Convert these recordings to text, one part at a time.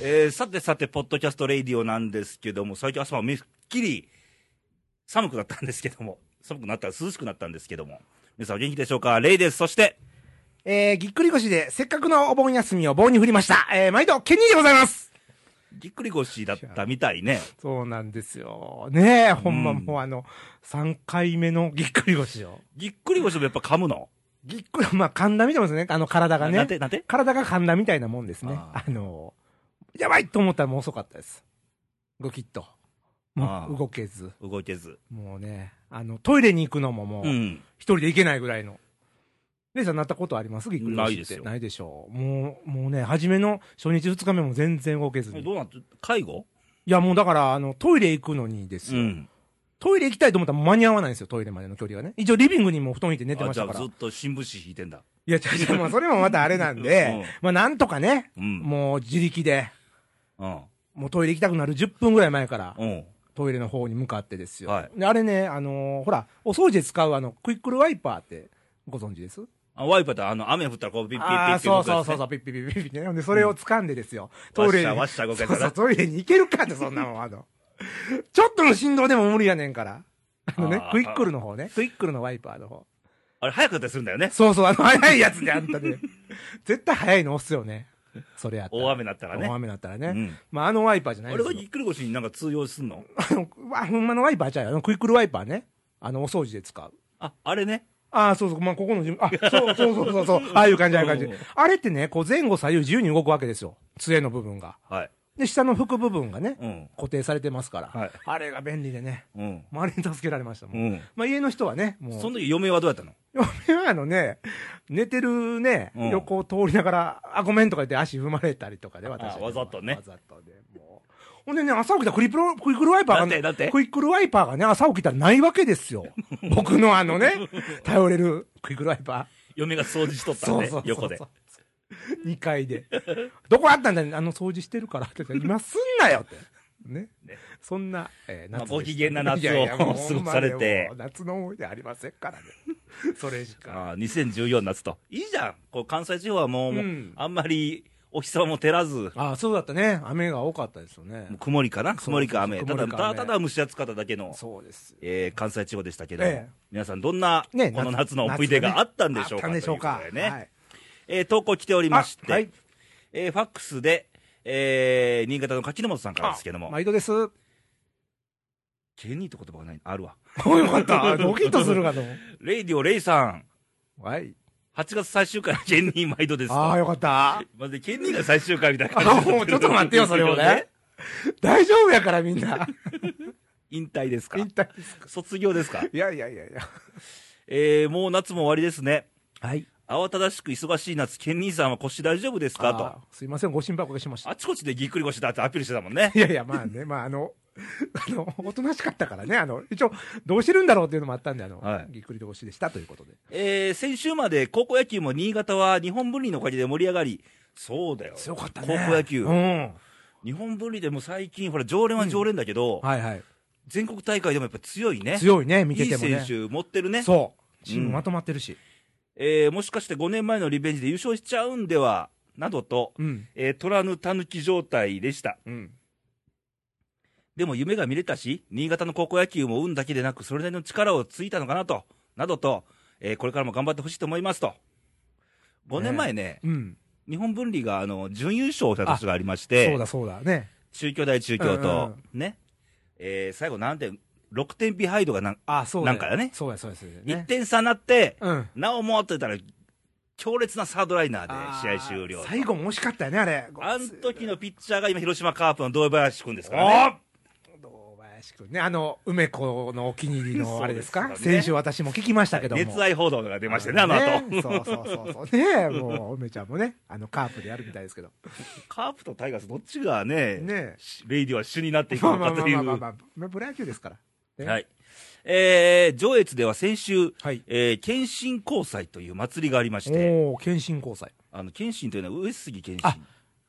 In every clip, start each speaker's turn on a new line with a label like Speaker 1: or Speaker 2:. Speaker 1: えーさてさて、ポッドキャストレイディオなんですけども、最近朝はめっきり寒くなったんですけども、寒くなった、涼しくなったんですけども、皆さんお元気でしょうかレイです。そして、
Speaker 2: えー、ぎっくり腰で、せっかくのお盆休みを棒に振りました。えー、毎度、ケニーでございます。
Speaker 1: ぎっくり腰だったみたいね。
Speaker 2: そうなんですよ。ねえ、ほんま
Speaker 1: うん
Speaker 2: もうあの、3回目のぎっくり腰よ。
Speaker 1: ぎっくり腰もやっぱ噛むの。
Speaker 2: ぎっくり、まあ、噛んだみたいですね。あの、体が
Speaker 1: な
Speaker 2: ね
Speaker 1: ん。て、なんて
Speaker 2: 体が噛んだみたいなもんですね。
Speaker 1: あ
Speaker 2: あの、やばいと思ったらもう遅かったです。ごきっと。
Speaker 1: あ
Speaker 2: も
Speaker 1: あ
Speaker 2: う、動けず。
Speaker 1: 動けず。
Speaker 2: もうね、あの、トイレに行くのももう、
Speaker 1: う
Speaker 2: 一
Speaker 1: ん。
Speaker 2: 人で行けないぐらいの。レイさんなったことありますぎっくり腰って。
Speaker 1: ないですよ
Speaker 2: ないでしょう。もう、もうね、初めの初日二日目も全然動けずに。
Speaker 1: どうなんて、介護
Speaker 2: いや、もうだから、あの、トイレ行くのにです
Speaker 1: う
Speaker 2: よ。
Speaker 1: ん。
Speaker 2: トイレ行きたいと思ったら間に合わないんですよ、トイレまでの距離がね。一応、リビングにも布団置いて寝て
Speaker 1: あ
Speaker 2: まし
Speaker 1: じゃ
Speaker 2: たか
Speaker 1: あ
Speaker 2: ら。
Speaker 1: ずっ
Speaker 2: い
Speaker 1: と新聞紙引いてんだ。
Speaker 2: や、違う違う、まあ、それもまたあれな んで、まあ、なんとかね、
Speaker 1: うん。
Speaker 2: もう自力で、
Speaker 1: うん。
Speaker 2: もうトイレ行きたくなる10分ぐらい前から、
Speaker 1: うん。
Speaker 2: トイレの方に向かってですよ。
Speaker 1: はい
Speaker 2: であれね、あのーほら、お掃除で使うあの、クイックルワイパーって、ご存知です
Speaker 1: あワイパーってあの、雨降ったらこう、ピッピッピ
Speaker 2: あ
Speaker 1: ッ
Speaker 2: あ、
Speaker 1: って
Speaker 2: そ
Speaker 1: 動
Speaker 2: う
Speaker 1: くやつね
Speaker 2: そうそうそう、ピッピッピッピッピッね。ほんで、それを掴んでですよ。
Speaker 1: うん
Speaker 2: トイレに。
Speaker 1: わっしゃわっしゃ動けた
Speaker 2: そ
Speaker 1: ら
Speaker 2: うそう、トイレに行けるかって、そんなもん、あの。ちょっとの振動でも無理やねんから。あのね
Speaker 1: あー、
Speaker 2: クイックルの方ね。クイックルのワイパーの方。
Speaker 1: あれ、早かったりするんだよね。
Speaker 2: そうそう、あの、早いやつで、あんたね。絶対早いの押すよね。それやったら。
Speaker 1: 大雨になったらね
Speaker 2: 大。雨だったら
Speaker 1: う
Speaker 2: ね。
Speaker 1: ん。
Speaker 2: まあ、あのワイパーじゃない
Speaker 1: あ
Speaker 2: で
Speaker 1: れが
Speaker 2: すよ
Speaker 1: ぎっくり腰になんか通用すんの
Speaker 2: あの、わほんまのワイパーじゃうよあの、クイックルワイパーね。あの、お掃除で使う。
Speaker 1: あ、あれね。
Speaker 2: ああ、そうそう、まあ、ここの自分、あ、そうそうそうそ うそう、ああいう感じ、ああいう感じ
Speaker 1: うん。
Speaker 2: あれってね、こう前後左右自由に動くわけですよ。杖の部分が。
Speaker 1: はい。
Speaker 2: で、下の服部分がね、
Speaker 1: うん。
Speaker 2: 固定されてますから、
Speaker 1: はい
Speaker 2: あれが便利でね、
Speaker 1: うん。
Speaker 2: 周りに助けられましたもん。
Speaker 1: うん。
Speaker 2: まあ、家の人はね、もう、
Speaker 1: その時嫁はどうやったの
Speaker 2: 嫁はあのね、寝てるね、
Speaker 1: うん
Speaker 2: 横を通りながら、あ、ごめんとか言って足踏まれたりとかで、私は、
Speaker 1: わざとね
Speaker 2: わざとで、もう。ほんでね、朝起きたらクイックル、クイックルワイパーが、
Speaker 1: だってだって
Speaker 2: クイックルワイパーがね、朝起きたらないわけで すよ。僕のあのね、頼れるクイックルワイパー。
Speaker 1: 嫁が掃除しとったん で、横で。
Speaker 2: 2階で。どこあったんだよ、あの掃除してるからって言って今すんなよって。ね。
Speaker 1: ね
Speaker 2: そんな、えー
Speaker 1: まあ
Speaker 2: 夏でした
Speaker 1: ご機嫌な夏を
Speaker 2: いやいやも う
Speaker 1: 過ごされて
Speaker 2: ほんまねもう夏の思い出ありませんからね。それしか。
Speaker 1: ああ、2014夏と。いいじゃん。こう関西地方はもう、
Speaker 2: うん
Speaker 1: あんまりお日様も照らず、も
Speaker 2: ああ、そうだったね。雨が多かったですよね
Speaker 1: う。曇りかな
Speaker 2: う
Speaker 1: 曇りか雨。
Speaker 2: そう
Speaker 1: た
Speaker 2: 曇
Speaker 1: だ、
Speaker 2: りか
Speaker 1: た
Speaker 2: 雨
Speaker 1: だただ蒸し暑かっただけの、
Speaker 2: そうです。
Speaker 1: えー関西地方でしたけど、
Speaker 2: ええ
Speaker 1: 皆さんどんな、
Speaker 2: ね
Speaker 1: この夏の思い出があったんでしょうか
Speaker 2: あったんでしょうか。
Speaker 1: ということでね。
Speaker 2: はい。
Speaker 1: えー投稿来ておりまして、
Speaker 2: あはい
Speaker 1: えーファックスで、えー新潟の柿本さんからですけども、
Speaker 2: 毎度です。お
Speaker 1: ケニーって言葉がない、あるわ。
Speaker 2: よ かった。ドキッとするかと思
Speaker 1: レイディオレイさん、
Speaker 2: う。はい。
Speaker 1: 8月最終回、ケニー毎度ですと。
Speaker 2: ああ、よ かった。
Speaker 1: まず、ケニーが最終回みたいな
Speaker 2: あ
Speaker 1: 感じに
Speaker 2: も
Speaker 1: な
Speaker 2: う ちょっと待ってよ、それをね。。大丈夫やから、みんな。
Speaker 1: 引退ですか
Speaker 2: 引退ですか。
Speaker 1: 卒業ですか
Speaker 2: いやいやいやいや。
Speaker 1: えー、もう夏も終わりですね。
Speaker 2: はい。
Speaker 1: 慌ただしく忙しい夏、ケニーさんは腰大丈夫ですかと。
Speaker 2: あーすいません、ご心配おかけしました。
Speaker 1: あちこちでぎっくり腰だってアピールしてたもん ね。
Speaker 2: いやいや、まあね、まああの、 あの、おとなしかったからね、あの、一応、どうしてるんだろうっていうのもあったんで、あの、
Speaker 1: はい
Speaker 2: ぎっくり腰でしたということで。
Speaker 1: えー、先週まで高校野球も新潟は日本分離のおかげで盛り上がり、そうだよ。
Speaker 2: 強かったね。
Speaker 1: 高校野球。
Speaker 2: うん。
Speaker 1: 日本分離でも最近、ほら、常連は常連だけど、
Speaker 2: はいはい。
Speaker 1: 全国大会でもやっぱ強いね。
Speaker 2: 強いね、見ててもね。
Speaker 1: いい選手持ってるね。
Speaker 2: そう。チームまとまってるし。
Speaker 1: えー、もしかして5年前のリベンジで優勝しちゃうんでは、などと、
Speaker 2: うん。
Speaker 1: えー、虎ぬたぬき状態でした。
Speaker 2: うん。
Speaker 1: でも夢が見れたし、新潟の高校野球も運だけでなく、それなりの力をついたのかなと、などと、えーこれからも頑張ってほしいと思いますと。5年前ね、
Speaker 2: うん。
Speaker 1: 日本分離があの準優勝した年がありまし
Speaker 2: そう
Speaker 1: て、
Speaker 2: だそうだね。
Speaker 1: 中京大中京と、
Speaker 2: うんうん
Speaker 1: ね、えー最後何点、6点ビハイドがなん
Speaker 2: あ、そうだ
Speaker 1: な
Speaker 2: よ
Speaker 1: んかやね
Speaker 2: そうや、そうや、そうや。
Speaker 1: 1
Speaker 2: ね。
Speaker 1: 点差になって、
Speaker 2: うん。
Speaker 1: なおもって言ったら、強烈なサードライナーで試合終了
Speaker 2: あー。最後も惜しかったよね、あれ。
Speaker 1: あの時のピッチャーが今、広島カープの堂林君ですからね。
Speaker 2: お堂林君ね、あの、梅子のお気に入りのあれです
Speaker 1: そう
Speaker 2: か
Speaker 1: ですよね
Speaker 2: 先週私も聞きましたけども。
Speaker 1: 熱愛報道が出ましたね、あの後。
Speaker 2: ねそうそうそうそう。ねもう、梅ちゃんもね、あの、カープでやるみたいですけど。
Speaker 1: カープとタイガース、どっちがね、
Speaker 2: ね
Speaker 1: しレイディは主になっていく
Speaker 2: まあ
Speaker 1: の
Speaker 2: まあ
Speaker 1: か
Speaker 2: まあ
Speaker 1: とい
Speaker 2: まあまあ
Speaker 1: う。
Speaker 2: まあ、まあ、プロ野球ですから。ね
Speaker 1: はい。えー、上越では先週、
Speaker 2: はい。
Speaker 1: えー、謙信交際という祭りがありまして、
Speaker 2: おおー、謙信交際。
Speaker 1: あの、謙信というのは上杉謙
Speaker 2: あ
Speaker 1: 信、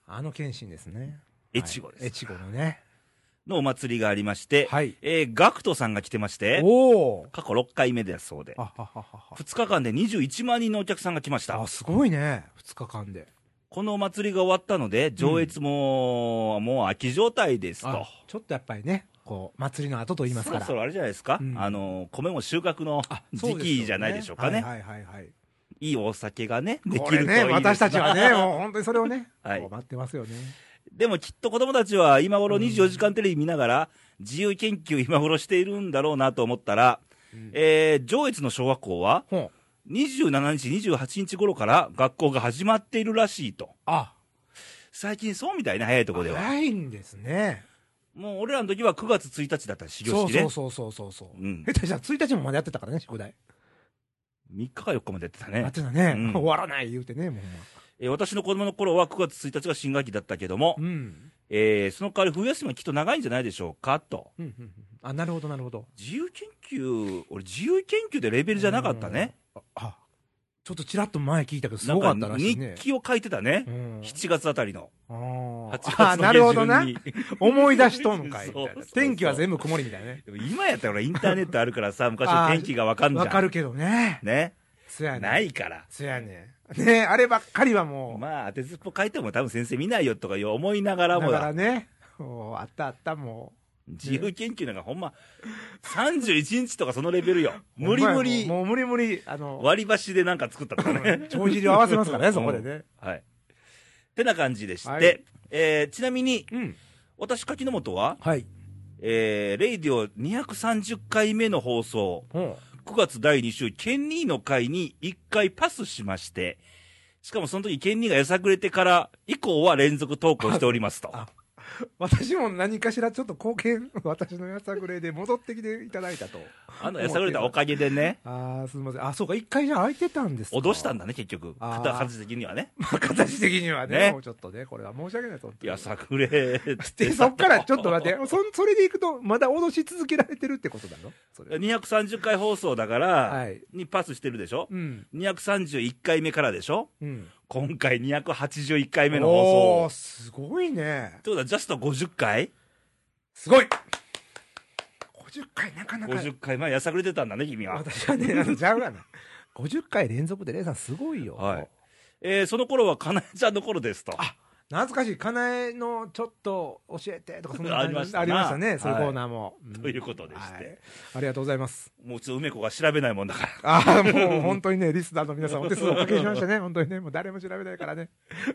Speaker 2: あの謙信ですね。
Speaker 1: 越後です、
Speaker 2: 越後のね。
Speaker 1: のお祭りがありまして、
Speaker 2: はい
Speaker 1: えー、ガクトさんが来てまして、
Speaker 2: おお。
Speaker 1: 過去6回目だそうで
Speaker 2: あ、はははは。
Speaker 1: 2日間で21万人のお客さんが来ました
Speaker 2: あ、。すごいね。二日間で。
Speaker 1: この祭りが終わったので、上越も、もう秋状態ですと
Speaker 2: あ。ちょっとやっぱりね、こう、祭りの後と言います
Speaker 1: そ
Speaker 2: か
Speaker 1: ろ
Speaker 2: ら。
Speaker 1: そろあれじゃないですか、
Speaker 2: うん
Speaker 1: あの米も収穫の時期じゃないでしょうかね、
Speaker 2: はいはいはいはい。
Speaker 1: いいお酒がね、でき
Speaker 2: こ
Speaker 1: る
Speaker 2: れ
Speaker 1: といい
Speaker 2: ね、
Speaker 1: で
Speaker 2: 私
Speaker 1: すな
Speaker 2: たちはね、もう本当にそれをね、
Speaker 1: はい
Speaker 2: こう待ってますよね。
Speaker 1: でもきっと子供たちは今頃24時間テレビ見ながら、自由研究今頃しているんだろうなと思ったら、えー上越の小学校は、
Speaker 2: ほう。
Speaker 1: 27日、28日頃から学校が始まっているらしいと。
Speaker 2: あ、
Speaker 1: 最近そうみたいな、早いとこでは。
Speaker 2: 早いんですね。
Speaker 1: もう俺らの時は9月1日だった、始
Speaker 2: そ
Speaker 1: 業
Speaker 2: う
Speaker 1: 式ね。
Speaker 2: そうそうそうそうそう。
Speaker 1: うん
Speaker 2: 下手したら1日もまでやってたからね、宿題。
Speaker 1: 3日か4日までやってた
Speaker 2: やっ
Speaker 1: ね。
Speaker 2: てたね。
Speaker 1: うん
Speaker 2: 終わらない言うてね、もうほんま。
Speaker 1: えー私の子供の頃は9月1日が新学期だったけども、
Speaker 2: うん。
Speaker 1: えーその代わり冬休みはきっと長いんじゃないでしょうかと。
Speaker 2: うんうんうんあ、なるほど、なるほど。
Speaker 1: 自由研究、俺自由研究でレベルじゃなかったね。
Speaker 2: うん。あ、あちょっとちらっと前聞いたけど、す
Speaker 1: なん
Speaker 2: ごかったらしいね
Speaker 1: 日。記を書いてたね
Speaker 2: う。ん
Speaker 1: 7月あたりの。
Speaker 2: あ
Speaker 1: 8
Speaker 2: ー
Speaker 1: 月
Speaker 2: あー、なる
Speaker 1: の
Speaker 2: ほ
Speaker 1: 下
Speaker 2: ど
Speaker 1: 旬
Speaker 2: な
Speaker 1: に。。
Speaker 2: 思い出しとんかいみ
Speaker 1: そう
Speaker 2: た
Speaker 1: そ
Speaker 2: いうな
Speaker 1: そう。
Speaker 2: 天気は全部曇りみたいなね。
Speaker 1: でも 今やったら俺インターネットあるから さ、昔
Speaker 2: あ
Speaker 1: の
Speaker 2: ー
Speaker 1: 天気がわかんじゃん。
Speaker 2: わかるけどね。
Speaker 1: ね。
Speaker 2: そやね。
Speaker 1: ないから。
Speaker 2: そやね。ねあればっかりはもう。
Speaker 1: まあ、当てずっぽ書いても多分先生見ないよとか思いながらも
Speaker 2: だから
Speaker 1: や、
Speaker 2: ね。おーあったあった、も
Speaker 1: 自由研究なんかほんま、31日とかそのレベルよ。
Speaker 2: う。
Speaker 1: 無理無理、
Speaker 2: もう無理無理。あの、
Speaker 1: 割り箸でなんか作ったとかね。
Speaker 2: 帳尻を合わせますから ね、そこでね。
Speaker 1: はい。ってな感じでして、
Speaker 2: はい
Speaker 1: えーちなみに、
Speaker 2: うん。
Speaker 1: 私、柿本は、
Speaker 2: はい。
Speaker 1: えー、レイディオ230回目の放送、
Speaker 2: うん。
Speaker 1: 9月第2週、ケンニーの回に1回パスしまして、しかもその時、ケンニーがやさぐれてから以降は連続投稿しておりますと。
Speaker 2: あ私も何かしらちょっと貢献、 私のやさぐれで戻ってきていただいたと。
Speaker 1: あの、やさぐれたおかげでね、
Speaker 2: ああ、すみません。あ、そうか、一回じゃあ空いてたんですか
Speaker 1: 脅したんだね、結局。
Speaker 2: あー
Speaker 1: 形的にはね。
Speaker 2: まあ、形的にはね、
Speaker 1: ね
Speaker 2: もうちょっとね、これは申し訳ないと思って。
Speaker 1: やさぐれ
Speaker 2: で、そっからちょっと 待って、そんそれでいくと、まだ脅し続けられてるってことだろそれ。
Speaker 1: 230回放送だから、
Speaker 2: はい
Speaker 1: にパスしてるでしょ、
Speaker 2: うん。
Speaker 1: 231回目からでしょ
Speaker 2: うん。
Speaker 1: 今回281回目の
Speaker 2: お
Speaker 1: 放送。
Speaker 2: ー、すごい
Speaker 1: っ。
Speaker 2: ね
Speaker 1: てことは、ジャスト50回
Speaker 2: すごい !50 回なかなか。
Speaker 1: ?50 回前、やさぐれてたんだね、君は。
Speaker 2: 私はね、あの、ちゃうがな。50回連続で、レイさんすごいよ。
Speaker 1: はい。えー、その頃は、かなえちゃんの頃ですと。
Speaker 2: 懐かしい、かなえのちょっと教えてとか、そんな感
Speaker 1: あ
Speaker 2: じ
Speaker 1: りましたな
Speaker 2: ありましたね、そういう
Speaker 1: はい
Speaker 2: コーナーも。ん
Speaker 1: ということでして
Speaker 2: はいありがとうございます。
Speaker 1: もうちょっと梅子が調べないもんだから。
Speaker 2: ああ、もう本当にね、リスナーの皆さん、お手数おかけしま したね、本当にね、もう誰も調べないからね、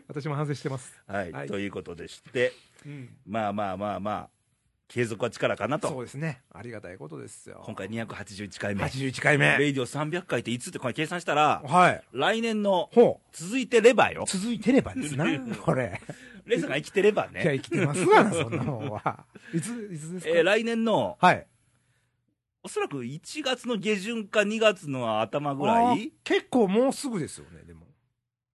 Speaker 2: 私も反省してます。
Speaker 1: はい、
Speaker 2: はい
Speaker 1: ということでして、
Speaker 2: うん、
Speaker 1: まあまあまあまあ、継続は力かな
Speaker 2: そう
Speaker 1: と。
Speaker 2: ですね、ありがたいことですよ。
Speaker 1: 今回281回目。
Speaker 2: 81回
Speaker 1: レ
Speaker 2: 目。
Speaker 1: イディオ300回っていつってこれ計算したら、
Speaker 2: はい。
Speaker 1: 来年の
Speaker 2: ほう。
Speaker 1: 続いてればよ。
Speaker 2: 続いてればですな、これ。
Speaker 1: レイさんが生きてれば
Speaker 2: いや、
Speaker 1: ね。
Speaker 2: 生きてますわな、そんなもんは。いつ、いつですか、
Speaker 1: えー来年の、
Speaker 2: はい。
Speaker 1: おそらく1月の下旬か2月の頭ぐら
Speaker 2: あ
Speaker 1: い
Speaker 2: ー結構もうすぐですよね、でも。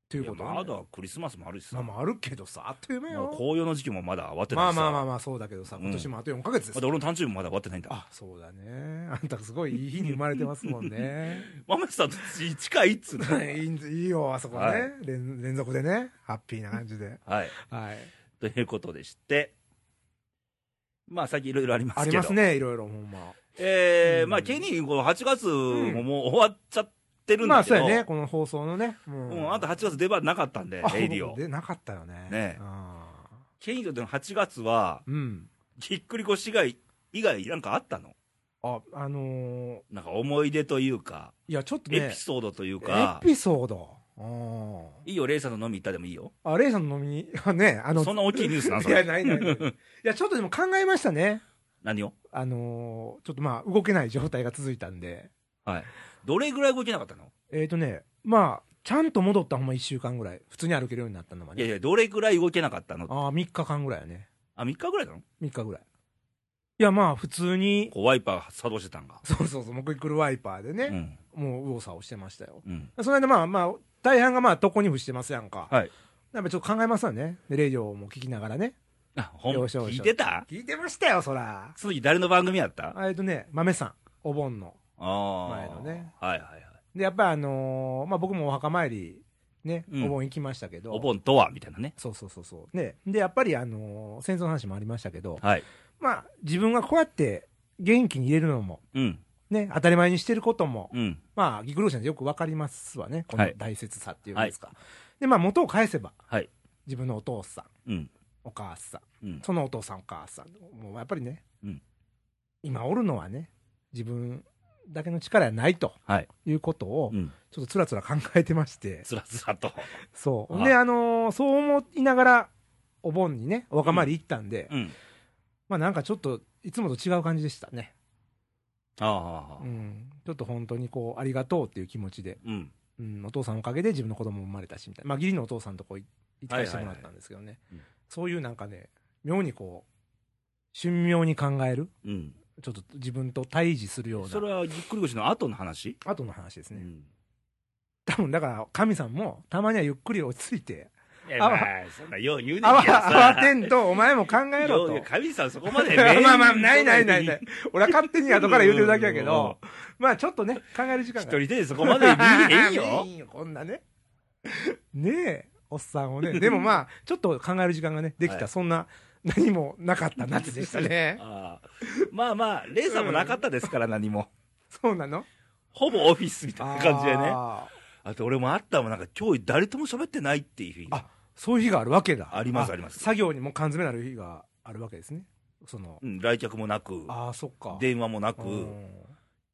Speaker 2: とい
Speaker 1: いうや
Speaker 2: ことはね
Speaker 1: まだクリスマスもあるしさ、
Speaker 2: まあまああるけどさ、あっという間
Speaker 1: もう
Speaker 2: よ。
Speaker 1: 紅葉の時期もまだ終わってな
Speaker 2: ま
Speaker 1: い
Speaker 2: あ
Speaker 1: しさ、
Speaker 2: まあまあ
Speaker 1: ま
Speaker 2: まあ、そうだけどさ、
Speaker 1: うん
Speaker 2: 今年もあと4ヶ月です
Speaker 1: だ。俺の誕生日もまだ終わってないんだ。
Speaker 2: あ、そうだね。あんたすごいいい日に生まれてますもんね。
Speaker 1: マメさんと近いっ つうの
Speaker 2: いいんいいよ、あそこね、
Speaker 1: はい
Speaker 2: 連。連続でね。ハッピーな感じで。
Speaker 1: はい。
Speaker 2: はい。
Speaker 1: ということでして、まあ、先いろいろありま
Speaker 2: あ
Speaker 1: す
Speaker 2: り
Speaker 1: けど。
Speaker 2: ますね、いろいろ、ほんま。
Speaker 1: えー
Speaker 2: うん
Speaker 1: まあ、ケニー、この8月も
Speaker 2: ん
Speaker 1: もう終わっちゃってるん
Speaker 2: ま
Speaker 1: だ
Speaker 2: あ、
Speaker 1: け
Speaker 2: そ
Speaker 1: ど、
Speaker 2: うやね、この放送のね。う
Speaker 1: うんん、あと8月出番なかったんで
Speaker 2: あ、
Speaker 1: レイディオ。
Speaker 2: で、なかったよね。
Speaker 1: ね
Speaker 2: あ
Speaker 1: ケニーとの8月は、
Speaker 2: ーうん。
Speaker 1: ぎっくり腰以外、以外なんかあったの
Speaker 2: あ、あのー
Speaker 1: なんか思い出というか、
Speaker 2: いや、ちょっと
Speaker 1: エ
Speaker 2: ね
Speaker 1: ピ、ソードという
Speaker 2: エ
Speaker 1: か、
Speaker 2: ピソード。うん
Speaker 1: いいよ、レイさんの飲み行ったでもいいよ。
Speaker 2: あ、レイさんの飲み に、あね、あの、
Speaker 1: そんな大きいニュースなんそ
Speaker 2: いや、
Speaker 1: れ。
Speaker 2: ないないない。いや、ちょっとでも考えましたね。
Speaker 1: 何を
Speaker 2: あのーちょっとまあ、動けない状態が続いたんで。
Speaker 1: はい。どれぐらい動けなかったの
Speaker 2: えっ、ー、とね、まあ、ちゃんと戻ったほんま1週間ぐらい。普通に歩けるようになったのはい
Speaker 1: やい
Speaker 2: ね。
Speaker 1: や、どれぐらい動けなかったの
Speaker 2: ああ、3日間ぐらいやね。
Speaker 1: あ、3日ぐらいなの
Speaker 2: 3日ぐらい。いや、まあ、普通に、
Speaker 1: こうワイパー作動してたんが。
Speaker 2: そうそうそう、もう来るワイパーで
Speaker 1: う
Speaker 2: ね、
Speaker 1: ん。
Speaker 2: もう右往左往してましたよ。
Speaker 1: うん。
Speaker 2: その間、まあまあ、大半がまあ、床に伏してますやんか。
Speaker 1: はい。
Speaker 2: やっぱちょっと考えますわね。で、レイジオも聞きながらね。
Speaker 1: あ、ほん、
Speaker 2: よいしょよい
Speaker 1: 聞
Speaker 2: し
Speaker 1: い
Speaker 2: ょ
Speaker 1: てた
Speaker 2: 聞いてましたよ、そら。
Speaker 1: その時誰の番組やったあ
Speaker 2: えっ、とね、豆さん、お盆の。
Speaker 1: あ。
Speaker 2: 前のね。
Speaker 1: はいはいはい。
Speaker 2: で、やっぱりあのーまあ、僕もお墓参り、ね、
Speaker 1: うん
Speaker 2: お盆行きましたけど。
Speaker 1: お盆とは、みたいなね。
Speaker 2: そうそうそうそう。ね、で、やっぱりあのー戦争の話もありましたけど、
Speaker 1: はい。
Speaker 2: まあ、自分がこうやって元気に入れるのも、
Speaker 1: うん。
Speaker 2: ね、当たり前にしてることも、
Speaker 1: うん。
Speaker 2: まあ、ギクルーシャでよくわかりますわね、この
Speaker 1: はい
Speaker 2: 大切さっていうんですか。で、まあ、元を返せば、
Speaker 1: はい。
Speaker 2: 自分のお父さん、
Speaker 1: うん。
Speaker 2: お母さん、
Speaker 1: うん。
Speaker 2: そのお父さん、お母さん、もうやっぱりね、
Speaker 1: うん
Speaker 2: 今おるのはね、自分だけの力はないと
Speaker 1: はい。
Speaker 2: いうことを
Speaker 1: う、ん。
Speaker 2: ちょっとつらつら考えてまして、
Speaker 1: つらつらと。
Speaker 2: そう。
Speaker 1: あ
Speaker 2: で、あのーそう思いながら、お盆にね、お墓参り行ったんで、
Speaker 1: うん。
Speaker 2: まあなんかちょっと、いつもと違う感じでしたね。
Speaker 1: ああ
Speaker 2: う。ん。ちょっと本当にこう、ありがとうっていう気持ちで、
Speaker 1: うん。
Speaker 2: うん、お父さんのおかげで自分の子供も生まれたし、みたいな。まあ義理のお父さんのとこ行行かせてもらったんですけどね
Speaker 1: はいはいはい。
Speaker 2: そういうなんかね、妙にこう、神妙に考える、
Speaker 1: うん。
Speaker 2: ちょっと自分と対峙するよう
Speaker 1: そ
Speaker 2: な、
Speaker 1: れはぎっくり腰の後の話
Speaker 2: 後の話です
Speaker 1: う
Speaker 2: ね。
Speaker 1: ん。
Speaker 2: 多分だから、神さんも、たまにはゆっくり落ち着いて、
Speaker 1: いや、
Speaker 2: あ
Speaker 1: まあ、そんなよう言うねんけ
Speaker 2: あ
Speaker 1: ど
Speaker 2: わ、
Speaker 1: さ。
Speaker 2: 慌てんと、お前も考えろ
Speaker 1: よう
Speaker 2: と
Speaker 1: いや。神さんそこまで。
Speaker 2: まあまあ、ないないないない。。俺は勝手に後から言うてるだけやけど、まあちょっとね、考える時間
Speaker 1: 一
Speaker 2: が。
Speaker 1: 人でそこまで 見えへんよ
Speaker 2: 見。えこんなね。ねえ、おっさん をね。でもまあ、ちょっと考える時間がね、できた、
Speaker 1: はい。
Speaker 2: そんな、何もなかった夏でした ね
Speaker 1: ああまあまあ、レイさんもなかったですから、何も。
Speaker 2: そ うなの
Speaker 1: ほぼオフィスみたいな感じでね。あ
Speaker 2: あー
Speaker 1: と俺もあったもん、なんか今日誰とも喋ってないっていう日
Speaker 2: あそういう日があるわけだ。
Speaker 1: ありますあります
Speaker 2: 作業にも缶詰なる日があるわけですね。その、
Speaker 1: うん、来客もなく、
Speaker 2: ああ、そっか。
Speaker 1: 電話もなく、
Speaker 2: うん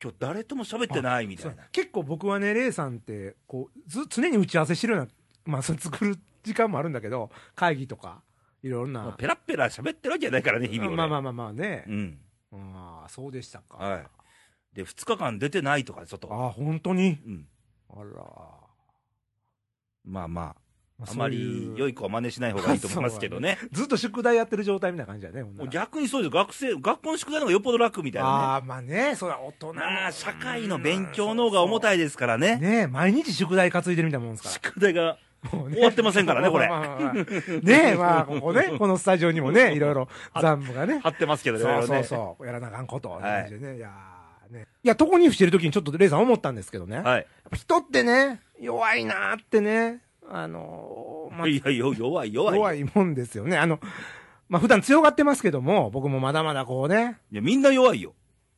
Speaker 1: 今日誰とも喋ってないみた
Speaker 2: そう
Speaker 1: い
Speaker 2: や
Speaker 1: な。
Speaker 2: 結構僕はね、レイさんってこうず、常に打ち合わせしてるような、まあ、それ作る時間もあるんだけど、会議とか、いろんな、
Speaker 1: もうペラッペラ喋ってるわけじゃないからね、日々俺
Speaker 2: まあまあまあまあね
Speaker 1: う、ん。
Speaker 2: ああそうでしたか、
Speaker 1: はい。で、2日間出てないとか、ちょっと。
Speaker 2: ああ、本当に、
Speaker 1: うん。
Speaker 2: あら、
Speaker 1: まあまあ、あ
Speaker 2: そういう
Speaker 1: まり良い子は真似しない方がいいと思いますけどね。
Speaker 2: ずっと宿題やってる状態みたいな感じだね、ほんな
Speaker 1: も
Speaker 2: ら
Speaker 1: う逆にそうですよ学生、学校の宿題の方がよっぽど楽みたいなね。
Speaker 2: ああ、まあね、それは大人
Speaker 1: なあ、社会の勉強の
Speaker 2: 能
Speaker 1: 方が重た
Speaker 2: い
Speaker 1: いですからね。
Speaker 2: ねえ、毎日宿題担いでるみたいなもんですか
Speaker 1: 宿題が
Speaker 2: ら、もうね
Speaker 1: 終わってませんからね、これ。
Speaker 2: まあまあまあまあねえ、まあ、ここね、このスタジオにもね、いろいろ残務がね、
Speaker 1: 貼ってますけどね、
Speaker 2: そう
Speaker 1: 俺
Speaker 2: そ
Speaker 1: は
Speaker 2: う
Speaker 1: ね
Speaker 2: そう、やらなあかんこと、感じでね、いやーね。いや、トコニフしてる時にちょっとレイさん思ったんですけどね。やっ
Speaker 1: はい。
Speaker 2: ぱ人ってね、弱いなーってね、あのーまあ
Speaker 1: いや、よ弱い、弱い。
Speaker 2: 弱いもんですよね。あの、まあ普段強がってますけども、僕もまだまだこうね、
Speaker 1: いや、みんな弱いよ。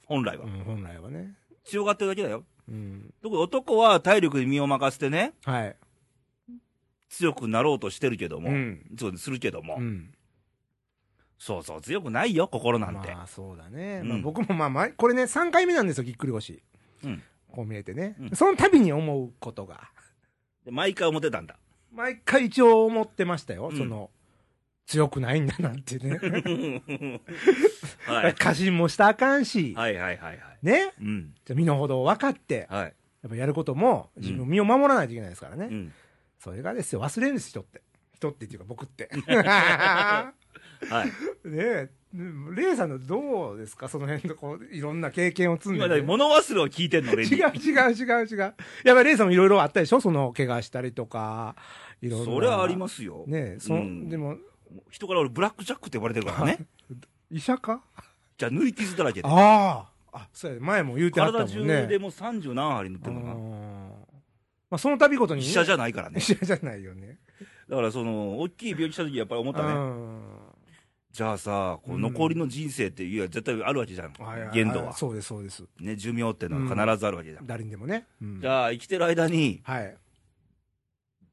Speaker 1: 本来
Speaker 2: う
Speaker 1: は。
Speaker 2: ん、本来はね。
Speaker 1: 強がってるだけだよ。
Speaker 2: うん。
Speaker 1: 特に男は体力に身を任せてね、
Speaker 2: はい。
Speaker 1: 強くなろうとしてるけども、
Speaker 2: うん。
Speaker 1: そうするけども、
Speaker 2: うん。
Speaker 1: そうそう、強くないよ、心なんて。
Speaker 2: まあそうだね。
Speaker 1: うん
Speaker 2: まあ僕もまあまあ、これね、3回目なんですよ、ぎっくり腰。
Speaker 1: うん
Speaker 2: こう見えてね。
Speaker 1: うん
Speaker 2: その度に思うことが。
Speaker 1: で毎回思ってたんだ。
Speaker 2: 毎回一応思ってましたよ、
Speaker 1: うん
Speaker 2: その、強くないんだなんてね。。
Speaker 1: はい
Speaker 2: 過信もしたらあかんし、
Speaker 1: はいはいはいはい。
Speaker 2: ね。
Speaker 1: うん。
Speaker 2: じゃあ身の程を分かって、
Speaker 1: はい。
Speaker 2: やっぱやることも、自分身を守らないといけないですからね。
Speaker 1: うん。
Speaker 2: それがですよ、忘れるんです、人って。人ってっていうか僕 って。ね
Speaker 1: はい。
Speaker 2: え、ねレイさんのどうですかその辺のこう、いろんな経験を積ん
Speaker 1: 今
Speaker 2: で
Speaker 1: だ
Speaker 2: ね、
Speaker 1: って物忘れを聞いてんの、俺に。
Speaker 2: 違う違う違う違う。やっぱりレイさんもいろいろあったでしょその、怪我したりとか、いろんな。
Speaker 1: それはありますよ。
Speaker 2: ねえ、そ、
Speaker 1: うん
Speaker 2: でも、
Speaker 1: 人から俺、ブラックジャックって呼ばれてるからね。
Speaker 2: 医者か
Speaker 1: じゃあ、縫い傷だらけで。
Speaker 2: ああ。あ、そうや、前も言うてあったも
Speaker 1: 体
Speaker 2: んね。
Speaker 1: 中でもう30何針縫って
Speaker 2: う
Speaker 1: るのかな。
Speaker 2: んまあ、その度ごとに、
Speaker 1: 医者じ
Speaker 2: ゃ、
Speaker 1: ゃないから
Speaker 2: 医
Speaker 1: ね。
Speaker 2: 者じゃないよね。
Speaker 1: だから、その、大きい病気した時やっぱり思っ
Speaker 2: う
Speaker 1: たね。
Speaker 2: ん。
Speaker 1: じゃあさ、こう
Speaker 2: うん
Speaker 1: 残りの人生って、いや、絶対あるわけじゃん
Speaker 2: はいはいは。い
Speaker 1: 限度は。
Speaker 2: そうです、そうです。
Speaker 1: ね、寿命ってのは必ずあるわけじゃん。
Speaker 2: 誰にでもね。うん
Speaker 1: じゃあ、生きてる間に、
Speaker 2: はい。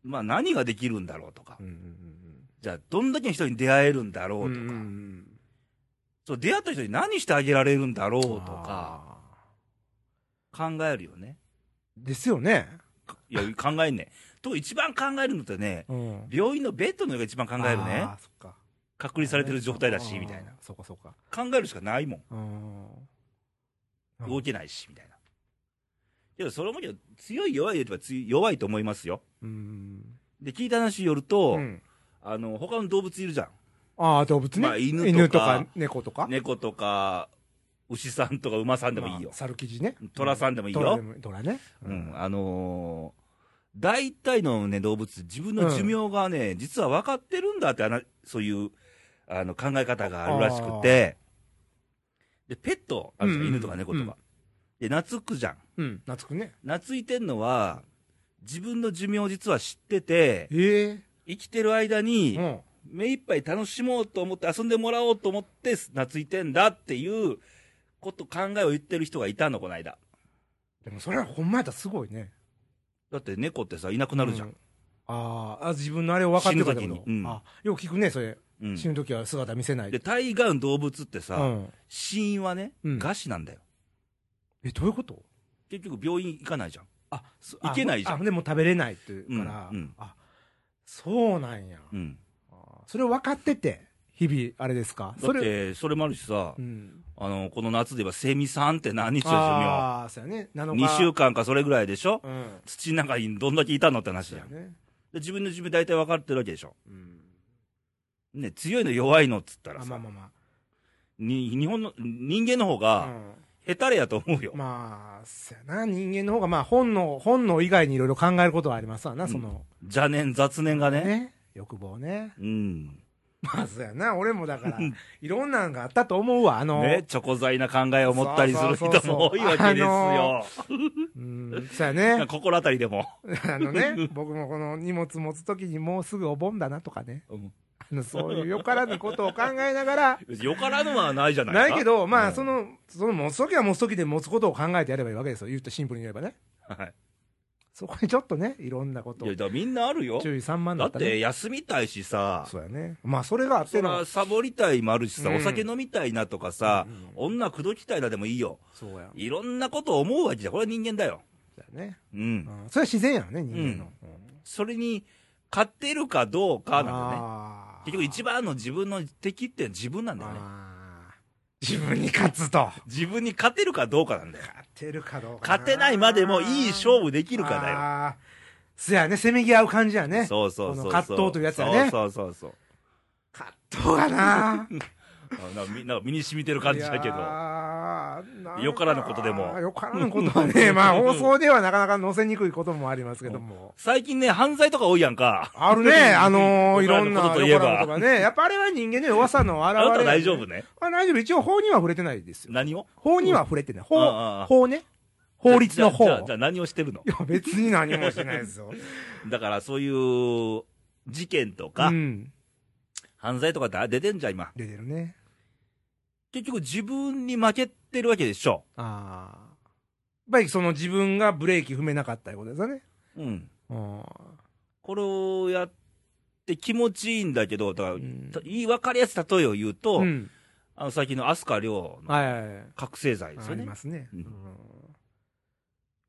Speaker 1: まあ、何ができるんだろうとか、
Speaker 2: うんうんうん
Speaker 1: じゃあ、どんだけの人に出会えるんだろう
Speaker 2: う
Speaker 1: と
Speaker 2: ん
Speaker 1: か、
Speaker 2: うんうん
Speaker 1: そう出会った人に何してあげられるんだろうとか、
Speaker 2: あ
Speaker 1: 考えるよね。
Speaker 2: ーですよね、
Speaker 1: いや、考えんね。と、一番考えるのってね、
Speaker 2: うん、
Speaker 1: 病院のベッドの上が一番考えるね
Speaker 2: あ。ーそっか
Speaker 1: 隔離されてる状態だし、
Speaker 2: あー
Speaker 1: みたいな。
Speaker 2: そうかそうか
Speaker 1: 考えるしかないもん。
Speaker 2: うんうん
Speaker 1: 動けないし、みたいな。けど、それもけど、強い弱いで言えば強い弱いと思いますよ。
Speaker 2: うん
Speaker 1: で、聞いた話によると、
Speaker 2: うん
Speaker 1: あの、他の動物いるじゃん。
Speaker 2: ああ動物ね、
Speaker 1: まあ犬とか
Speaker 2: 猫とか
Speaker 1: 猫とか、牛さんとか馬さんでもいいよ
Speaker 2: まあ。猿生地ね
Speaker 1: 虎さんでもいいよ
Speaker 2: 虎でも虎ね
Speaker 1: うん、あのー大体のね、動物、自分の寿命がね、実は分かってるんだってあな、そういう、あの、考え方があるらしくて、で、ペットあるじゃん、
Speaker 2: うんうん
Speaker 1: 犬とか猫とか。
Speaker 2: うん
Speaker 1: で、懐くじゃん。
Speaker 2: うん懐くんね
Speaker 1: 懐いてんのは、自分の寿命を実は知ってて、
Speaker 2: え
Speaker 1: 生きてる間
Speaker 2: え
Speaker 1: に、
Speaker 2: うん
Speaker 1: 目いっぱい楽しもうと思って、遊んでもらおうと思って、懐いてんだっていう、こと、考えを言ってる人がいたの、この間。
Speaker 2: でもそれはほんまやったらすごいね
Speaker 1: だって猫ってさ、いなくなるじゃん。
Speaker 2: うあーあ、自分のあれを分かってるかってこ
Speaker 1: 死ぬ
Speaker 2: と
Speaker 1: 時、にうん
Speaker 2: あよく聞くね、それ、
Speaker 1: うん
Speaker 2: 死ぬときは姿見せない、
Speaker 1: で、大概の動物ってさ、
Speaker 2: うん、
Speaker 1: 死因はね、
Speaker 2: うん
Speaker 1: 餓死なんだよ。
Speaker 2: えどういうこと
Speaker 1: 結局病院行かないじゃん。
Speaker 2: あそ
Speaker 1: いけないじゃん
Speaker 2: あでもう食べれないっていうから、
Speaker 1: うんうん
Speaker 2: あそうなんや、
Speaker 1: うん。
Speaker 2: あーそれを分かってて、日々、あれです
Speaker 1: だ
Speaker 2: か、
Speaker 1: っ
Speaker 2: それ、
Speaker 1: て、それもあるしさ、
Speaker 2: うん、
Speaker 1: あの、この夏で言えばセミさんって何日で寿命
Speaker 2: ああ、そうやね、7
Speaker 1: ?2 週間かそれぐらいでしょ、
Speaker 2: うん、
Speaker 1: 土の中にどんだけいたのって話
Speaker 2: そ
Speaker 1: じ
Speaker 2: う
Speaker 1: ゃ
Speaker 2: や
Speaker 1: ん。で
Speaker 2: ね、
Speaker 1: 自分の寿命大体分かってるわけでしょ。
Speaker 2: うん、
Speaker 1: ね、強いの弱いのっつったら
Speaker 2: あ
Speaker 1: さ、
Speaker 2: まあまあま
Speaker 1: に日本の、人間の方
Speaker 2: あ、
Speaker 1: が、
Speaker 2: うん
Speaker 1: 下手れやと思うよ。
Speaker 2: まあ、そうやな、人間の方がまあ本能、本能以外にいろいろ考えることはありますわな、
Speaker 1: うん
Speaker 2: その、
Speaker 1: 邪念、雑念がね。
Speaker 2: ね、欲望ね。
Speaker 1: うん。
Speaker 2: まあ、そうやな、俺もだから、いろんなんがあったと思うわ、あの、
Speaker 1: ね、チョコ材な考えを持ったりする人
Speaker 2: そうそうそうそ
Speaker 1: も
Speaker 2: う
Speaker 1: 多いわけですよ
Speaker 2: あ。うん、そうや
Speaker 1: なんか
Speaker 2: ね、
Speaker 1: 心当たりでも。
Speaker 2: あ のね、僕もこの荷物持つときにもうすぐお盆だなとかね、あのそういうよからぬことを考 えながら、
Speaker 1: よからぬはないじゃないか。
Speaker 2: ないけど、ま
Speaker 1: う
Speaker 2: あ、
Speaker 1: ん
Speaker 2: そ、の、その持つときは持つときで持つことを考えてやればいいわけですよ、言うとシンプルに言えばね。
Speaker 1: はい。
Speaker 2: そこにちょっとね、いろんなこと
Speaker 1: いや、だからみんなあるよ。
Speaker 2: 注意散漫
Speaker 1: だ
Speaker 2: だ
Speaker 1: っ
Speaker 2: ったね。
Speaker 1: て休みたいしさ、
Speaker 2: そうやね。まあ、それがあって
Speaker 1: そ
Speaker 2: の
Speaker 1: ら。サボりたいもあるしさ、
Speaker 2: うん
Speaker 1: お酒飲みたいなとかさ、女口説きたいなでもいいよ。
Speaker 2: そうや。
Speaker 1: いろんなことを思うわけじゃん。これは人間だよ。
Speaker 2: そうやね。
Speaker 1: うん。
Speaker 2: うんそれは自然やろね、人間の。
Speaker 1: それに、勝ってるかどうかなんだよね。
Speaker 2: あー
Speaker 1: 結局一番の自分の敵って自分なんだよね。
Speaker 2: あー自分に勝つと。
Speaker 1: 自分に勝てるかどうかなんだよ。
Speaker 2: 勝てるかどうか。
Speaker 1: 勝てないまでもいい勝
Speaker 2: 負
Speaker 1: 負できるかだよ。
Speaker 2: よ。そやね、せめぎ合う感じやね。
Speaker 1: そうそうそうそう。
Speaker 2: この葛藤というやつだね
Speaker 1: そうそうそう
Speaker 2: 葛藤
Speaker 1: そ
Speaker 2: がな。
Speaker 1: うあ。なんかみなんか身に染みてる感じだけど。
Speaker 2: ど
Speaker 1: よからぬことでも
Speaker 2: よからぬこと はね、まあ放送ではなかなか載せにくいこともありますけども。
Speaker 1: 最近ね、犯罪とか多いやんか。
Speaker 2: ある ね、あのー、い
Speaker 1: よから
Speaker 2: ろ
Speaker 1: ぬ
Speaker 2: ん
Speaker 1: こ
Speaker 2: な
Speaker 1: とといえば
Speaker 2: よからぬこと がね。やっぱあれは人間の弱さの
Speaker 1: あ
Speaker 2: 表れ。
Speaker 1: なた大丈夫ね。
Speaker 2: まあ大丈夫。一応法には触れてないですよ。
Speaker 1: 何を
Speaker 2: 法には触れてない。
Speaker 1: うんうんう
Speaker 2: 法
Speaker 1: ん、
Speaker 2: 法ね。法律の法。い
Speaker 1: じゃあじゃあじゃあ何をしてるの
Speaker 2: や、別に何もしてないですよ。
Speaker 1: だからそういう事件とか、
Speaker 2: うん。
Speaker 1: 犯罪とかってあ出てんじゃん、今。
Speaker 2: 出てるね。
Speaker 1: 結局自分に負けてるわけでしょ。
Speaker 2: ああ。やっぱりその自分がブレーキ踏めなかったいうことですよね。
Speaker 1: うん。
Speaker 2: うん。
Speaker 1: これをやって気持ちいいんだけど、だから、
Speaker 2: うん
Speaker 1: た言い分かりやすい例えを言うと、
Speaker 2: うん。
Speaker 1: あの最近の飛鳥涼の
Speaker 2: はいはいはい。
Speaker 1: 覚醒剤です
Speaker 2: あ
Speaker 1: よ
Speaker 2: り
Speaker 1: ね
Speaker 2: ま。すね。
Speaker 1: う
Speaker 2: うんん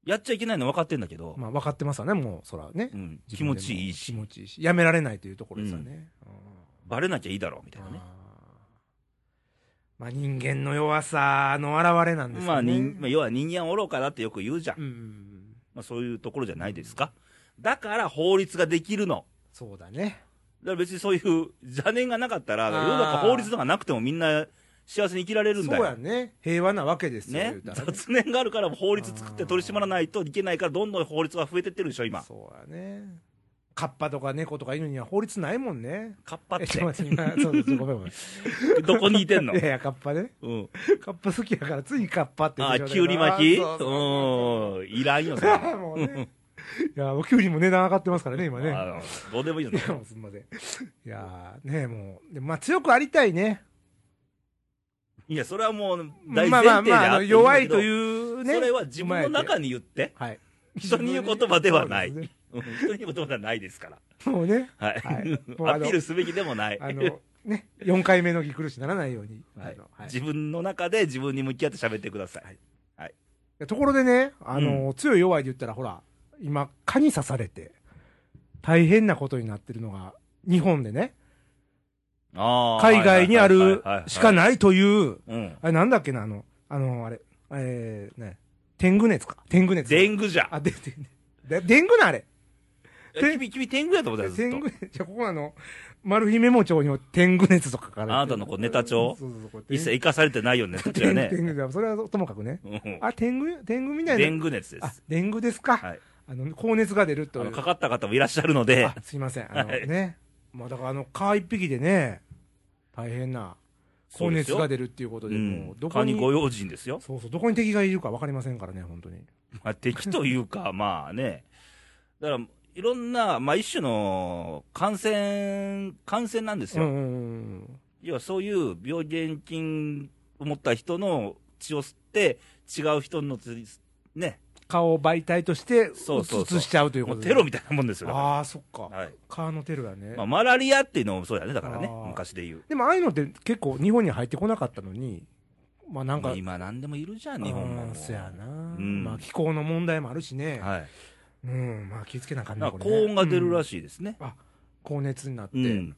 Speaker 1: やっちゃいけないの分かってんだけど、
Speaker 2: まあ分かってますわね、もう、そらね
Speaker 1: う。ん、気持ちいい
Speaker 2: 気
Speaker 1: し、
Speaker 2: 持ちいいし。やめられないというところですよね。うん
Speaker 1: バレなきゃいいだろうみたいなね
Speaker 2: あ。ーまあ人間の弱さの表れなんです
Speaker 1: まあ、
Speaker 2: よね。
Speaker 1: 人まあ、要は人間は愚かだってよく言うじゃん。
Speaker 2: うん。
Speaker 1: まあ、そういうところじゃないですか。だから法律ができるの。
Speaker 2: そうだね。
Speaker 1: だから別にそういう邪念がなかったら、
Speaker 2: あ
Speaker 1: 世
Speaker 2: ー
Speaker 1: の中法律とかなくてもみんな幸せに生きられるんだ
Speaker 2: そうや
Speaker 1: よ。
Speaker 2: ね。平和なわけですよ。
Speaker 1: ね
Speaker 2: 言う、たらね
Speaker 1: 雑念があるから法律作って取り締まらないといけないから、どんどん法律が増えてってるでしょ、今。
Speaker 2: そうやね。カッパとか猫とか犬には法律ないもんね。
Speaker 1: カッパっ
Speaker 2: えちょ
Speaker 1: て、
Speaker 2: っと待って 今そうそうそうごめんごめん。
Speaker 1: どこにいて んの
Speaker 2: いやいや、カッパね。
Speaker 1: うん。
Speaker 2: カッパ好きやから、ついカッパって
Speaker 1: あ
Speaker 2: 言
Speaker 1: あ、
Speaker 2: ってし
Speaker 1: きゅ
Speaker 2: ま
Speaker 1: う
Speaker 2: うけ
Speaker 1: り巻
Speaker 2: ど
Speaker 1: きう
Speaker 2: あーそ
Speaker 1: ん。いらんよ、
Speaker 2: う
Speaker 1: そ
Speaker 2: そ
Speaker 1: れ
Speaker 2: うそう もうね。いや、お給料も値段上がってますからね、今ね。
Speaker 1: あのどうでもいいよ
Speaker 2: い
Speaker 1: ね
Speaker 2: や、。もうすんません。いやーねもう、でまあ強くありたいね。
Speaker 1: いや、それはもう、
Speaker 2: まあ
Speaker 1: 大前
Speaker 2: まあ
Speaker 1: 提で
Speaker 2: まあ、あ
Speaker 1: あっ
Speaker 2: の
Speaker 1: て
Speaker 2: 弱いと
Speaker 1: う
Speaker 2: いう
Speaker 1: けど
Speaker 2: ね。
Speaker 1: それは自分の中に言って、
Speaker 2: はい。
Speaker 1: 人に言う言葉ではない
Speaker 2: そうです
Speaker 1: うん人に言うことはないですから。
Speaker 2: ねもうね、
Speaker 1: はい。
Speaker 2: はいもうあ
Speaker 1: ア
Speaker 2: の
Speaker 1: ピールすべきでもない。
Speaker 2: あの、ね、4回目のぎ苦しにならないように。
Speaker 1: はい
Speaker 2: あのはい
Speaker 1: 自分の中で自分に向き合って喋ってください。
Speaker 2: ところでね、あの、強い弱いで言ったら、ほら、今、蚊に刺されて、大変なことになってるのが、日本でね、
Speaker 1: あー
Speaker 2: 海外にあるしか。
Speaker 1: はいはいはいはい
Speaker 2: ないという、
Speaker 1: うん。
Speaker 2: あれなんだっけな、あの、あの、あれ、えー、ね、天狗熱か。天狗熱。
Speaker 1: デングじゃ。
Speaker 2: あ、で、で、で、天狗なあれ。
Speaker 1: え
Speaker 2: 天
Speaker 1: 君、君天狗やと思ったよ、ずっ
Speaker 2: 天
Speaker 1: と
Speaker 2: 狗。熱。 じゃ、ここあの、マル秘メモ帳にも天狗熱とか書かれてる
Speaker 1: あなたのこうネタ帳
Speaker 2: そうそうそうこう。
Speaker 1: 一切
Speaker 2: 天
Speaker 1: 生かされてない よね、こちら
Speaker 2: 狗、
Speaker 1: ね。
Speaker 2: 天狗、それはともかくね。
Speaker 1: うん
Speaker 2: あ、天狗、天狗みたいな。
Speaker 1: デング熱で
Speaker 2: あ
Speaker 1: す。、
Speaker 2: 天狗ですか。
Speaker 1: はい
Speaker 2: あの、高熱が出る
Speaker 1: あ
Speaker 2: とい
Speaker 1: の
Speaker 2: う。
Speaker 1: かかった方もいらっしゃるので
Speaker 2: あ、すいません、あの
Speaker 1: はい
Speaker 2: ね、まあ、だからあの蚊一匹でね、大変な
Speaker 1: そ
Speaker 2: 高
Speaker 1: うです
Speaker 2: 熱
Speaker 1: よ
Speaker 2: が出るっていうことで、もうどこ
Speaker 1: カ
Speaker 2: に
Speaker 1: ニご用心ですよ。
Speaker 2: そうそう、どこに敵がいるか分かりませんからね、本当に。
Speaker 1: まあ、敵という か、まあね、だから、いろんな、まあ、一種の感染、感染なんです
Speaker 2: うん
Speaker 1: よ。
Speaker 2: うんうん
Speaker 1: 要はそういう病原菌を持った人の血を吸って、違う人のつ、ね、
Speaker 2: 顔媒体として
Speaker 1: そうそうそう
Speaker 2: 映しちゃうという
Speaker 1: も
Speaker 2: こ
Speaker 1: う
Speaker 2: と
Speaker 1: テロみたいなもんですよ。だか
Speaker 2: ああーそっから
Speaker 1: はい。
Speaker 2: 川のテロやね、
Speaker 1: まあ、マラリアっていうのもそうやね、だからね
Speaker 2: あー、
Speaker 1: 昔で言う。
Speaker 2: でもああいうのって結構日本に入ってこなかったのにまあなんか
Speaker 1: 今何でもいるじゃん、日本
Speaker 2: う
Speaker 1: も。
Speaker 2: んそやな、
Speaker 1: ん
Speaker 2: まあ気候の問題もあるしね、
Speaker 1: はい。
Speaker 2: うんまあ気をつけなあかん
Speaker 1: なん
Speaker 2: な
Speaker 1: か高温が出るら
Speaker 2: しい、
Speaker 1: しいですね。
Speaker 2: うん高熱になって、
Speaker 1: うん。だ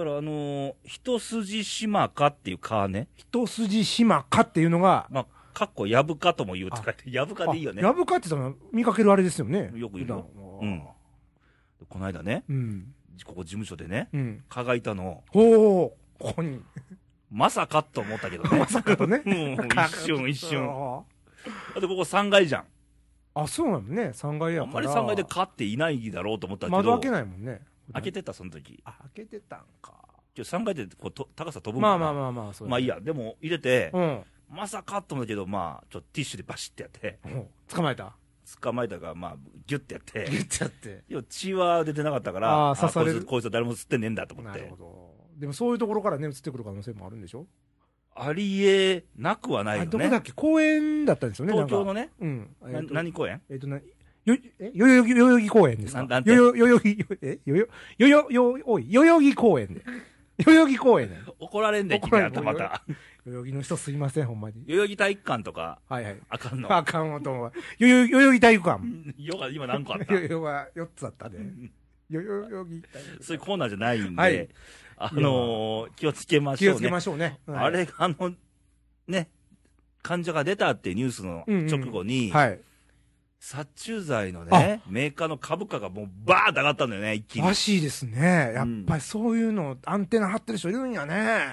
Speaker 1: から、あのー一筋島かっていう川ね。
Speaker 2: 一筋島かっていうのが
Speaker 1: まあ、かっこやぶかとも言うって書いて、やぶかでいいよね
Speaker 2: あ。やぶかって言ったの見かけるあれですよね
Speaker 1: よくいるよ
Speaker 2: う
Speaker 1: うんんこの間ね、
Speaker 2: うん
Speaker 1: ここ事務所でね、
Speaker 2: うん
Speaker 1: 蚊がいたの、
Speaker 2: おおこ こに
Speaker 1: まさかと思ったけどね
Speaker 2: ま。さかとね
Speaker 1: もう一瞬一瞬。だ
Speaker 2: あ
Speaker 1: ってここ3階じゃん。
Speaker 2: あそうなのね3階や
Speaker 1: あ
Speaker 2: か
Speaker 1: ん
Speaker 2: ら
Speaker 1: まり3階で蚊っていないだろうと思ったけど。
Speaker 2: 窓開けないもんね
Speaker 1: 開けてた、その時。
Speaker 2: あ開けてたんか
Speaker 1: 今日3階でこうと高さ飛ぶんか
Speaker 2: ま
Speaker 1: な
Speaker 2: あまあまあまあそうだね
Speaker 1: まあいいや、でも入れて、
Speaker 2: うん
Speaker 1: まさかと思ったけど、まあ、ちょっとティッシュでバシッてやって、
Speaker 2: うん 捕まえた
Speaker 1: 捕まえたから、まあ、ギュッてや って、
Speaker 2: 言っちゃって
Speaker 1: いや血は出てなかったか
Speaker 2: あ
Speaker 1: ら、
Speaker 2: ー刺される
Speaker 1: あこいつこいつは誰も吸ってねえんだと思っ
Speaker 2: なる
Speaker 1: て
Speaker 2: ほ、どでもそういうところからね移ってくる可能性もあるんでしょ
Speaker 1: ありえなくはないよ
Speaker 2: あ
Speaker 1: ね、
Speaker 2: どこだっけ公園だったんですよね
Speaker 1: 東京の
Speaker 2: ね
Speaker 1: ね、
Speaker 2: うんえ
Speaker 1: な
Speaker 2: っと
Speaker 1: 何公園
Speaker 2: えっとなよえ代々木代々木公園ですか
Speaker 1: ななんて
Speaker 2: 代々代々木え代々代々代々木代々木公園で代々木公園で
Speaker 1: 怒られんで、
Speaker 2: 怒
Speaker 1: 君
Speaker 2: られ
Speaker 1: は
Speaker 2: る
Speaker 1: また。
Speaker 2: 代々木の人すいませんほんまに
Speaker 1: 代々木体育館とか、
Speaker 2: はいはい
Speaker 1: あかんの。
Speaker 2: あかんわと思う代々木代々木体育館
Speaker 1: ヨガ今何個あった
Speaker 2: 代々木は4つあったね代々木体育館
Speaker 1: そういうコーナーじゃないんで、
Speaker 2: はい
Speaker 1: あのー気をつけまし
Speaker 2: 気
Speaker 1: ょう
Speaker 2: を
Speaker 1: ね。
Speaker 2: つけましょうね。はい
Speaker 1: あれ、あの、ね、患者が出たっていうニュースの直後に、
Speaker 2: はい。
Speaker 1: 殺虫剤のね、メーカーの株価がもうバーッと上がったんだよね、一気に
Speaker 2: ら。しいですね。やっぱりそういうの、アンテナ張ってる人いるんやね。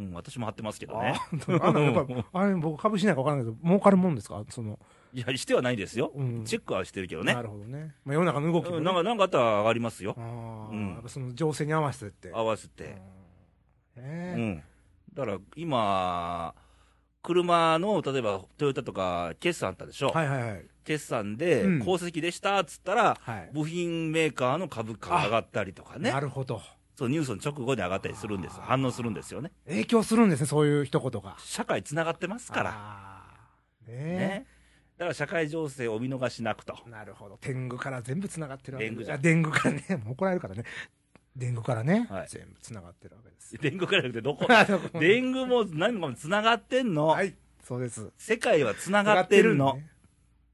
Speaker 1: うん、私も貼ってますけど
Speaker 2: あ
Speaker 1: ね。
Speaker 2: あのやっぱあれ、僕株しないか分からないけど、儲かるもんですかその。
Speaker 1: いや、してはないですよ。
Speaker 2: うん
Speaker 1: チェックはしてるけどね
Speaker 2: な。るほどね。まあ世の中の動きも
Speaker 1: う
Speaker 2: ね
Speaker 1: んなんか、なんかあったら上がりますよ
Speaker 2: あ。
Speaker 1: う
Speaker 2: あ
Speaker 1: ん
Speaker 2: やっぱその情勢に合わせてって。
Speaker 1: 合わせ
Speaker 2: うん
Speaker 1: て。う
Speaker 2: ね
Speaker 1: ん。だから、今、車の、例えば、トヨタとか、決算あったでしょ。
Speaker 2: はいはいはい。
Speaker 1: 決算で
Speaker 2: うん、
Speaker 1: 功績でしたっつったら、
Speaker 2: はい。
Speaker 1: 部品メーカーの株価が上がったりとかね
Speaker 2: な。るほど。
Speaker 1: そう、ニュースの直後に上がったりするんですよ。反応するんですよね。
Speaker 2: 影響するんですね、そういう一言が。
Speaker 1: 社会つながってますから。
Speaker 2: あー。ね
Speaker 1: ね。だから社会情勢をお見逃しなく と。
Speaker 2: なるほど。天狗から全部つながってるわけ
Speaker 1: 天狗じゃん
Speaker 2: あ天狗からね。もう怒られるからね。天狗からね。
Speaker 1: はい
Speaker 2: 全部つながってるわけです。
Speaker 1: デングからじゃなくてどこ
Speaker 2: あの
Speaker 1: デングも何もつながってんの。
Speaker 2: はい。そうです。
Speaker 1: 世界はつながってるの。
Speaker 2: つながってるんでね。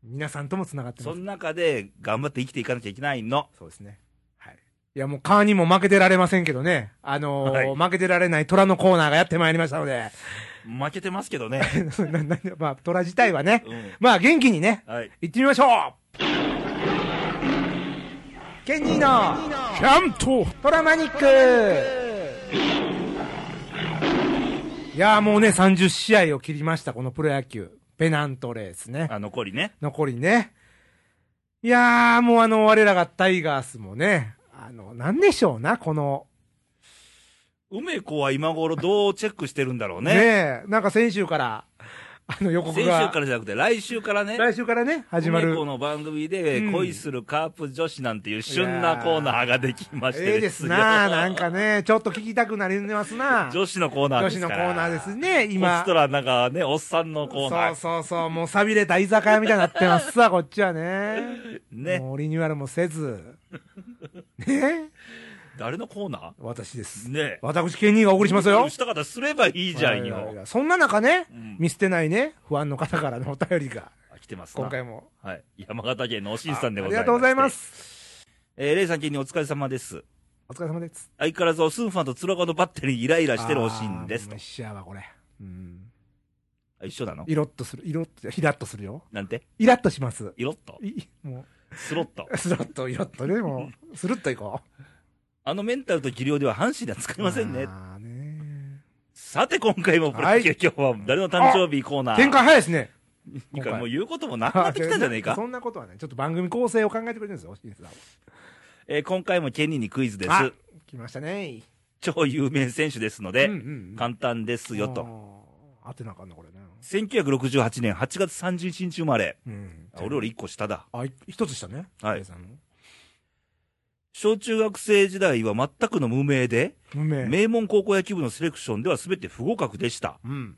Speaker 2: 皆さんともつながってま
Speaker 1: そ
Speaker 2: す
Speaker 1: の。中で頑張って生きていかなきゃいけないの。
Speaker 2: そうですね。はい。いや、もう川にも負けてられませんけどね。あのー
Speaker 1: はい
Speaker 2: 負けてられない虎のコーナーがやってまいりましたので。
Speaker 1: 負けてますけどね。
Speaker 2: ななまあ、虎自体はね。
Speaker 1: う
Speaker 2: まあ、元気にね、
Speaker 1: ん。はい。
Speaker 2: 行ってみましょうケニーのキャントトラマニックいやーもうね、30試合を切りました、このプロ野球。ペナントレースね。
Speaker 1: あ、残りね。
Speaker 2: 残りね。いやーもうあの、我らがタイガースもね、あの、なんでしょうな、この、
Speaker 1: 梅子は今頃どうチェックしてるんだろう
Speaker 2: ね
Speaker 1: ね。
Speaker 2: えなんか先週から、あの予告
Speaker 1: 先週
Speaker 2: が。
Speaker 1: からじゃなくて来週からね。
Speaker 2: 来週からね、始ま
Speaker 1: 梅
Speaker 2: る。
Speaker 1: 子の番組
Speaker 2: うん
Speaker 1: で恋するカープ女子なんていう旬なコーナーができまして
Speaker 2: ええですな、なんかね、ちょっと聞きたくなりますな。
Speaker 1: 女子のコーナー
Speaker 2: 女
Speaker 1: で
Speaker 2: 子
Speaker 1: す
Speaker 2: の
Speaker 1: か
Speaker 2: コ
Speaker 1: ら。
Speaker 2: ーナーですね、
Speaker 1: そ
Speaker 2: 今
Speaker 1: し。たらなんかね、おっさんのコーナ
Speaker 2: そう
Speaker 1: ー。
Speaker 2: そうそう、もう寂れた居酒屋みたいになってますわ、こっちはね。
Speaker 1: ね。
Speaker 2: もうリニューアルもせず。ね
Speaker 1: 誰のコーナ
Speaker 2: 私です
Speaker 1: ー。ね
Speaker 2: 私、ケニーがお送りしますよ。
Speaker 1: した方すればいいじゃん
Speaker 2: はいはい
Speaker 1: よ。
Speaker 2: はいそんな中ね、
Speaker 1: うん
Speaker 2: 見捨てないね、不安の方からのお便りが、
Speaker 1: あ来てますな
Speaker 2: 今回も。
Speaker 1: はい。山形県のおしんさんで
Speaker 2: あ
Speaker 1: ござ
Speaker 2: あり
Speaker 1: います。
Speaker 2: がとうございま。す。
Speaker 1: えー、レイさん県にお疲れ様です。
Speaker 2: お疲れ様です。
Speaker 1: 相変わらずおスンファンと鶴岡のバッテリーにイライラしてるおしんです
Speaker 2: あーも
Speaker 1: と
Speaker 2: う。一緒やわ、これ。うん。
Speaker 1: あ一緒なの
Speaker 2: イロッとする、イロッと、イラッとするよ。
Speaker 1: なんて
Speaker 2: イラッとします。
Speaker 1: イロッと
Speaker 2: いも
Speaker 1: スロット
Speaker 2: う、スロッと、イロッとね、もう、スルッといこう。
Speaker 1: あのメンタルと技量では阪神では使えませんね。
Speaker 2: あーね
Speaker 1: さて今回もプロ野球、今日は誰の誕生日コーナー。
Speaker 2: 展開早いですね。
Speaker 1: いい
Speaker 2: 今
Speaker 1: か
Speaker 2: 回
Speaker 1: もう言うこともなくなってきたんじゃねえか
Speaker 2: そ。んなことはね、ちょっと番組構成を考えてくれてるんですよ、清水さんは
Speaker 1: えー今回もケニーにクイズです。
Speaker 2: あ来ましたね。
Speaker 1: 超有名選手ですので、
Speaker 2: うんうん
Speaker 1: 簡単ですよと。
Speaker 2: と。あー当てなあかんな、これね。
Speaker 1: 1968年8月31日生まれ。
Speaker 2: うん
Speaker 1: あ俺より1個下だ。
Speaker 2: あ、い一つしたね。
Speaker 1: はい
Speaker 2: 清水さんの
Speaker 1: 小中学生時代は全くの無名で、
Speaker 2: 無名。
Speaker 1: 名門高校野球部のセレクションでは全て不合格でした。
Speaker 2: うん。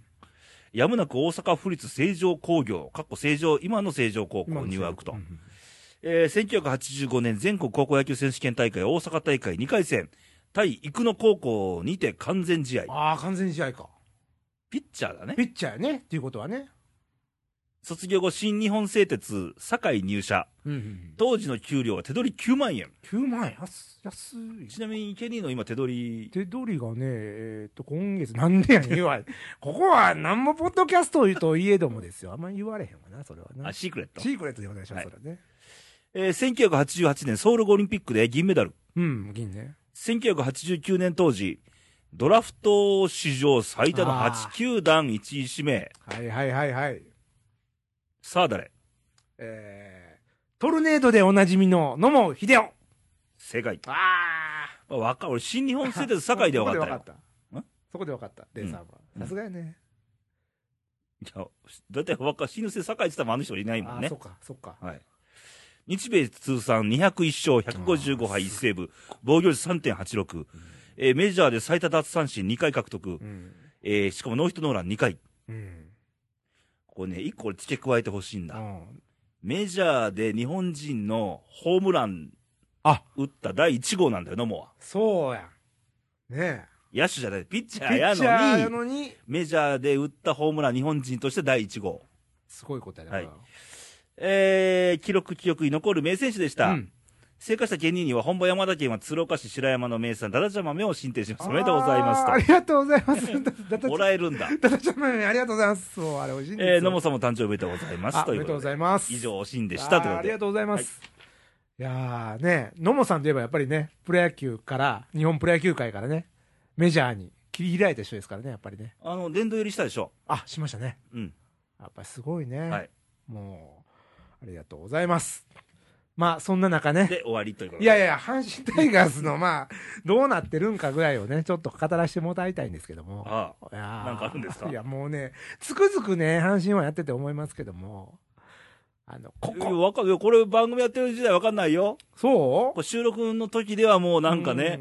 Speaker 1: やむなく大阪府立成城工業、かっこ成城、今の成城高校入学と。
Speaker 2: うん
Speaker 1: えー1985年全国高校野球選手権大会大阪大会2回戦、対生野高校にて完全試合。
Speaker 2: ああ、完全試合か。
Speaker 1: ピッチャーだね。
Speaker 2: ピッチャーやね。っていうことはね。
Speaker 1: 卒業後、新日本製鉄、堺入社。
Speaker 2: うんうん。
Speaker 1: 当時の給料は手取り9万円。
Speaker 2: 9万円。安安い。
Speaker 1: ちなみに、ケニーの今手取り、
Speaker 2: 手取りがね、えっと、今月、なんでやねん、言われ。ここは、なんもポッドキャストといえどもですよ。あんまり言われへんわな、それはな
Speaker 1: あ、。シークレット。
Speaker 2: シークレットでお願いします、
Speaker 1: は
Speaker 2: それはね。
Speaker 1: えー1988年ソウルオリンピックで銀メダル。
Speaker 2: うん、銀ね。
Speaker 1: 1989年当時、ドラフト史上最多の
Speaker 2: あー
Speaker 1: 8球団1位指名。
Speaker 2: はいはいはいはい。
Speaker 1: さあ誰
Speaker 2: えー、トルネードでおなじみの野茂英雄。
Speaker 1: 正解。
Speaker 2: ああ。
Speaker 1: まあ、わか俺、新日本製鉄堺で分かったよ。ん
Speaker 2: そこで分かった。レーサーは。
Speaker 1: うん
Speaker 2: さすがやね。
Speaker 1: いや、だいたいわか新日本製鉄堺って言ったらあの人いないもん
Speaker 2: ああ、
Speaker 1: ね
Speaker 2: そ。っか、そっか。
Speaker 1: はい。日米通算201勝、155敗、1セーブ、防御率3.86、えーメジャーで最多奪三振2回獲得、
Speaker 2: うん。
Speaker 1: えーしかもノーヒットノーラン2回。
Speaker 2: うん。
Speaker 1: ここね、1個俺付け加えてほしいんだ。
Speaker 2: うん
Speaker 1: メジャーで日本人のホームラン
Speaker 2: あ
Speaker 1: 打った第1号なんだよ、ノモは。
Speaker 2: そうやん。ね
Speaker 1: 野手じゃない、ピッチ
Speaker 2: え。
Speaker 1: ャーや
Speaker 2: ピッチャー
Speaker 1: の
Speaker 2: や
Speaker 1: に、
Speaker 2: のに、
Speaker 1: メジャーで打ったホームラン日本人として第1号。
Speaker 2: すごいことやな。
Speaker 1: はいえー、記録記憶に残る名選手でした。
Speaker 2: うん
Speaker 1: 成果した芸人には本場山田県は鶴岡市白山の名産、ダダジャ豆を進呈します。おめでとうございま
Speaker 2: あーあ
Speaker 1: す
Speaker 2: りがとうございます。だだ
Speaker 1: と。
Speaker 2: だ
Speaker 1: もらえるんだ。
Speaker 2: だだちゃんのようにありがとうございます。そう、あれ美味しいんですよ
Speaker 1: えー、野茂さんも誕生日おめでとうございま
Speaker 2: あ
Speaker 1: す。
Speaker 2: お
Speaker 1: と
Speaker 2: め
Speaker 1: い
Speaker 2: で
Speaker 1: う
Speaker 2: と
Speaker 1: こ
Speaker 2: うご
Speaker 1: と
Speaker 2: ざ
Speaker 1: で。
Speaker 2: います。
Speaker 1: 以上、おしんでした。という
Speaker 2: あーあ
Speaker 1: こと
Speaker 2: り
Speaker 1: で
Speaker 2: が。とうございます。い、やーね、野茂さんといえばやっぱりね、プロ野球から、日本プロ野球界からね、メジャーに切り開いた人ですからね、やっぱりね。
Speaker 1: あの、殿堂入りしたでしょ。
Speaker 2: あ、しましたね。
Speaker 1: うん。
Speaker 2: やっぱりすごいね。
Speaker 1: はい。
Speaker 2: もう、ありがとうございます。まあ、そんな中ね。
Speaker 1: で、終わりということで。
Speaker 2: いやいやいや、阪神タイガースの、まあ、どうなってるんかぐらいをね、ちょっと語らせてもらいたいんですけども。
Speaker 1: あ
Speaker 2: いやー
Speaker 1: なんかあるんですか
Speaker 2: いや、もうね、つくづくね、阪神はやってて思いますけども、あの、こ
Speaker 1: あ。いや
Speaker 2: こ、
Speaker 1: わかるよ。これ番組やってる時代わかんないよ。
Speaker 2: そ
Speaker 1: こ
Speaker 2: う
Speaker 1: れ収録の時ではもうなんかね、、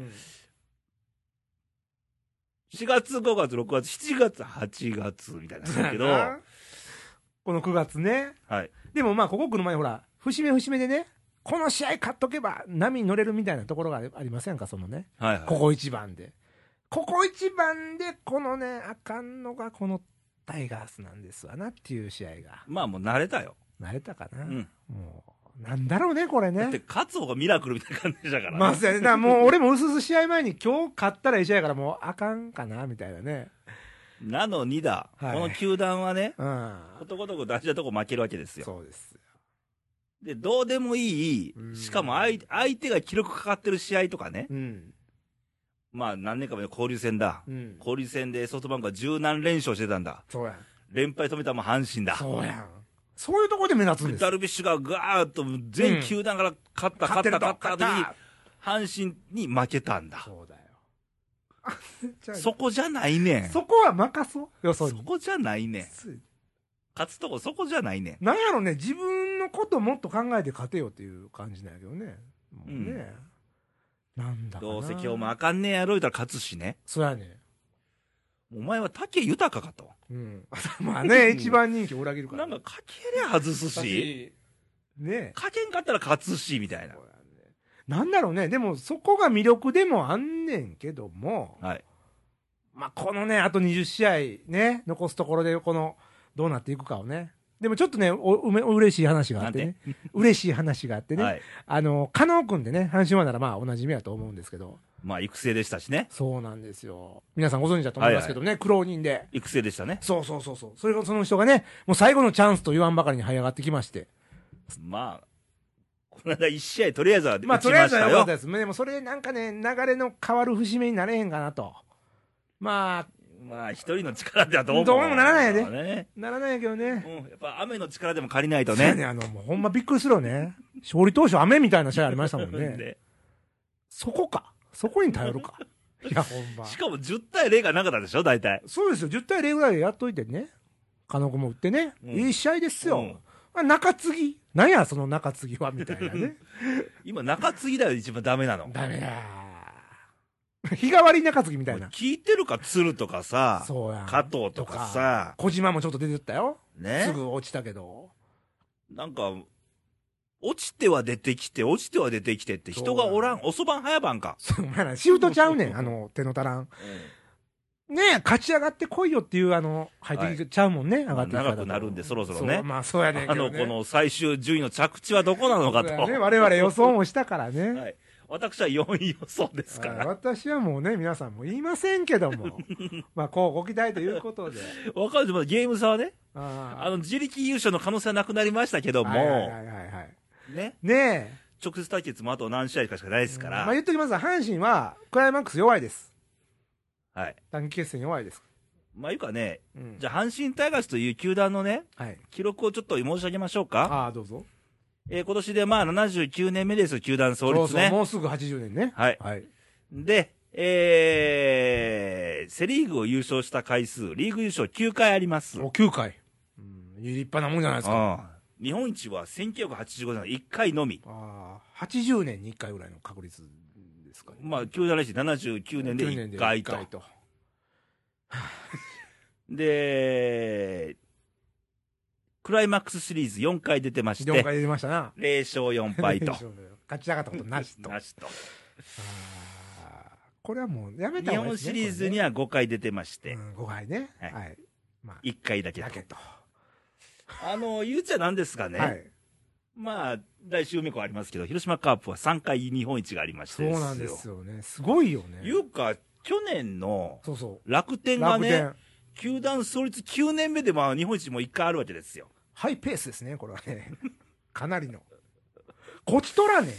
Speaker 1: 4月、5月、6月、7月、8月みたいな
Speaker 2: うん
Speaker 1: んだけど、
Speaker 2: なこの9月ね。
Speaker 1: はい。
Speaker 2: でもまあ、ここ来る前にほら、節目節目でね、この試合勝っとけば波に乗れるみたいなところがありませんか、そのね。
Speaker 1: はいはい。
Speaker 2: ここ一番で。ここ一番で、このね、あかんのが、このタイガースなんですわなっていう試合が。
Speaker 1: まあもう慣れたよ。
Speaker 2: 慣れたかな、
Speaker 1: うん。
Speaker 2: もう、なんだろうね、これ
Speaker 1: だって
Speaker 2: ね。
Speaker 1: 勝つ方がミラクルみたいな感じだからね。
Speaker 2: まあ、そうやね。だからもう、俺もうすうす試合前に、今日勝ったらいい試合やから、もう、あかんかな、みたいなね。
Speaker 1: なのにだ、
Speaker 2: はい
Speaker 1: この球団はね、
Speaker 2: うん。
Speaker 1: ことごとく大事なとこ負けるわけですよ。
Speaker 2: そうです。
Speaker 1: で、どうでもいい
Speaker 2: うん、
Speaker 1: しかも相相手が記録かかってる試合とかね、
Speaker 2: うん。
Speaker 1: まあ何年か前の交流戦だ。
Speaker 2: うん。
Speaker 1: 交流戦でソフトバンクは十何連勝してたんだ。
Speaker 2: そうやん。
Speaker 1: 連敗止めたのも阪神だ。
Speaker 2: そうやん。そういうとこで目立つんです
Speaker 1: ダルビッシュがガーッと全球団から勝った、勝った、勝った後に、阪神に負けたんだ。
Speaker 2: そうだよ。あ じゃあ
Speaker 1: そこじゃないねん。
Speaker 2: そこは任そう。よそ
Speaker 1: そ
Speaker 2: に。
Speaker 1: こじゃないねん。
Speaker 2: つ
Speaker 1: 勝つとこそこじゃないねん。
Speaker 2: なんやろね、自分のこともっと考えて勝てよっていう感じなんやけどね。もうね。なんだかな
Speaker 1: どうせ今日もあかんねんやろ言うたら勝つしね。
Speaker 2: そうやね。
Speaker 1: お前は武豊かと。
Speaker 2: うん。 まあね、一番人気裏切るから
Speaker 1: な
Speaker 2: ね。
Speaker 1: んかかけりゃ外すし、
Speaker 2: ね
Speaker 1: かけんかったら勝つし、みたいな
Speaker 2: そ。うやねなんだろうね、でもそこが魅力でもあんねんけども、
Speaker 1: はい。
Speaker 2: まあ、このね、あと20試合ね、残すところで、この、どうなっていくかをね。でもちょっとね、お、うめ、嬉しい話があってね。嬉しい話があってね。
Speaker 1: はい。
Speaker 2: あの、加納君でね、阪神はならまあ、おなじみやと思うんですけど。
Speaker 1: まあ、育成でしたしね。
Speaker 2: そうなんですよ。皆さんご存知だと思いますけどね、苦労人で。
Speaker 1: 育成でしたね。
Speaker 2: そうそうそうそう。それがその人がね、もう最後のチャンスと言わんばかりに這い上がってきまして。
Speaker 1: まあ、この間1試合とりあえずは打ち
Speaker 2: ま
Speaker 1: ま
Speaker 2: あ、
Speaker 1: した
Speaker 2: と
Speaker 1: よ。
Speaker 2: りあえずは良かったです。でもそれなんかね、流れの変わる節目になれへんかなと。まあ、
Speaker 1: まあ、一人の力ではどうも。
Speaker 2: どうもならないで
Speaker 1: ね。
Speaker 2: ならないけどね
Speaker 1: う。ん。やっぱ雨の力でも借りないと
Speaker 2: そうや
Speaker 1: ね。
Speaker 2: あの、もうほんまびっくりするよね。勝利投手雨みたいな試合ありましたも んね。
Speaker 1: で
Speaker 2: そこか。そこに頼 るか。いや、ほんま。
Speaker 1: しかも10対0がなかったでしょ、大体。
Speaker 2: そうですよ。10対0ぐらいでやっといてね。加納君も打ってね。
Speaker 1: うん
Speaker 2: いい試合ですよ。
Speaker 1: うん
Speaker 2: あ中継ぎ。なんや、その中 継ぎは、みたいなね。
Speaker 1: 今、中継ぎだよ、一番ダメなの。
Speaker 2: ダメや。 日替わり中継ぎみたいな。
Speaker 1: 聞いてるか、鶴とかさ、
Speaker 2: そうやん。
Speaker 1: 加藤とかさ、
Speaker 2: 小島もちょっと出てったよ。す
Speaker 1: ね。
Speaker 2: ぐ落ちたけど。
Speaker 1: なんか、落ちては出てきて、落ちては出てきてって、人がおらん、遅番早番か。
Speaker 2: そうお前ら、シフトちゃ うねん、あの、手の足らん。ねえ、勝ち上がってこいよっていう、あの、入ってきちゃうもんね、上がってきたら
Speaker 1: 長くなるんで、そろそろね
Speaker 2: う。まあ、そうやねん
Speaker 1: あ
Speaker 2: けど、
Speaker 1: の、
Speaker 2: ね。
Speaker 1: この最終順位の着地はどこなのかと。
Speaker 2: そうやね、我々予想もしたか らね。
Speaker 1: はい。私は4位予想ですか
Speaker 2: あ
Speaker 1: ら。
Speaker 2: 私はもうね、皆さんも言いませんけ ども。まあ、こうご期待ということで。
Speaker 1: わかるでもゲーム差はね、
Speaker 2: あ
Speaker 1: あの、自力優勝の可能性はなくなりましたけど
Speaker 2: のはいはい
Speaker 1: も、
Speaker 2: はいはいはい。
Speaker 1: ね、
Speaker 2: ねえ。
Speaker 1: 直接対決もあと何試合かしかないですか
Speaker 2: まあ、
Speaker 1: ら、
Speaker 2: 言っときますが、阪神は、クライマックス弱いです。
Speaker 1: はい。
Speaker 2: 短期決戦弱いです。
Speaker 1: まあ、いうかね、
Speaker 2: うん。
Speaker 1: じゃあ、阪神タイガースという球団のね、
Speaker 2: はい。
Speaker 1: 記録をちょっと申し上げましょうか。
Speaker 2: ああ、どうぞ。
Speaker 1: えー今年でまあ、79年目ですよ、球団創立
Speaker 2: そうそう
Speaker 1: ね。
Speaker 2: もうすぐ80年ね。
Speaker 1: はい。
Speaker 2: はい。
Speaker 1: で、えー、セリーグを優勝した回数、リーグ優勝9回あります。
Speaker 2: お、9回。うん。立派なもんじゃないですか。
Speaker 1: うん日本一は1985年1回のみ。
Speaker 2: ああ、80年に1回ぐらいの確率ですかね。
Speaker 1: まあ、球団らしい79年で
Speaker 2: 9年
Speaker 1: 1回と。
Speaker 2: 一と。
Speaker 1: で、クライマックスシリーズ4回出てまして、
Speaker 2: 4回出てましたな。
Speaker 1: 0勝4敗と。
Speaker 2: 勝ち上がったことなしと。あ
Speaker 1: なしと。
Speaker 2: あこれはもうやめた
Speaker 1: 日
Speaker 2: 方がい
Speaker 1: 本
Speaker 2: いです、ね。
Speaker 1: シリーズには5回出てまして、
Speaker 2: 5回ね。は。
Speaker 1: はいい
Speaker 2: まあ、
Speaker 1: 1回だけ
Speaker 2: だ
Speaker 1: だ
Speaker 2: けと。
Speaker 1: あの、言うちゃなんですかね。
Speaker 2: はい。
Speaker 1: まあ、来週梅子ありますけど、広島カープは3回日本一がありまして
Speaker 2: そう
Speaker 1: ですよ
Speaker 2: なんですよね。すごいよね。
Speaker 1: いうか、去年の
Speaker 2: そうそ
Speaker 1: 楽
Speaker 2: う。
Speaker 1: 天が
Speaker 2: 楽
Speaker 1: ね、
Speaker 2: 天。
Speaker 1: 球団創立9年目でまあ日本一も1回あるわけです よ。
Speaker 2: ハイペースですね、これはね。かなりの。こちと らね。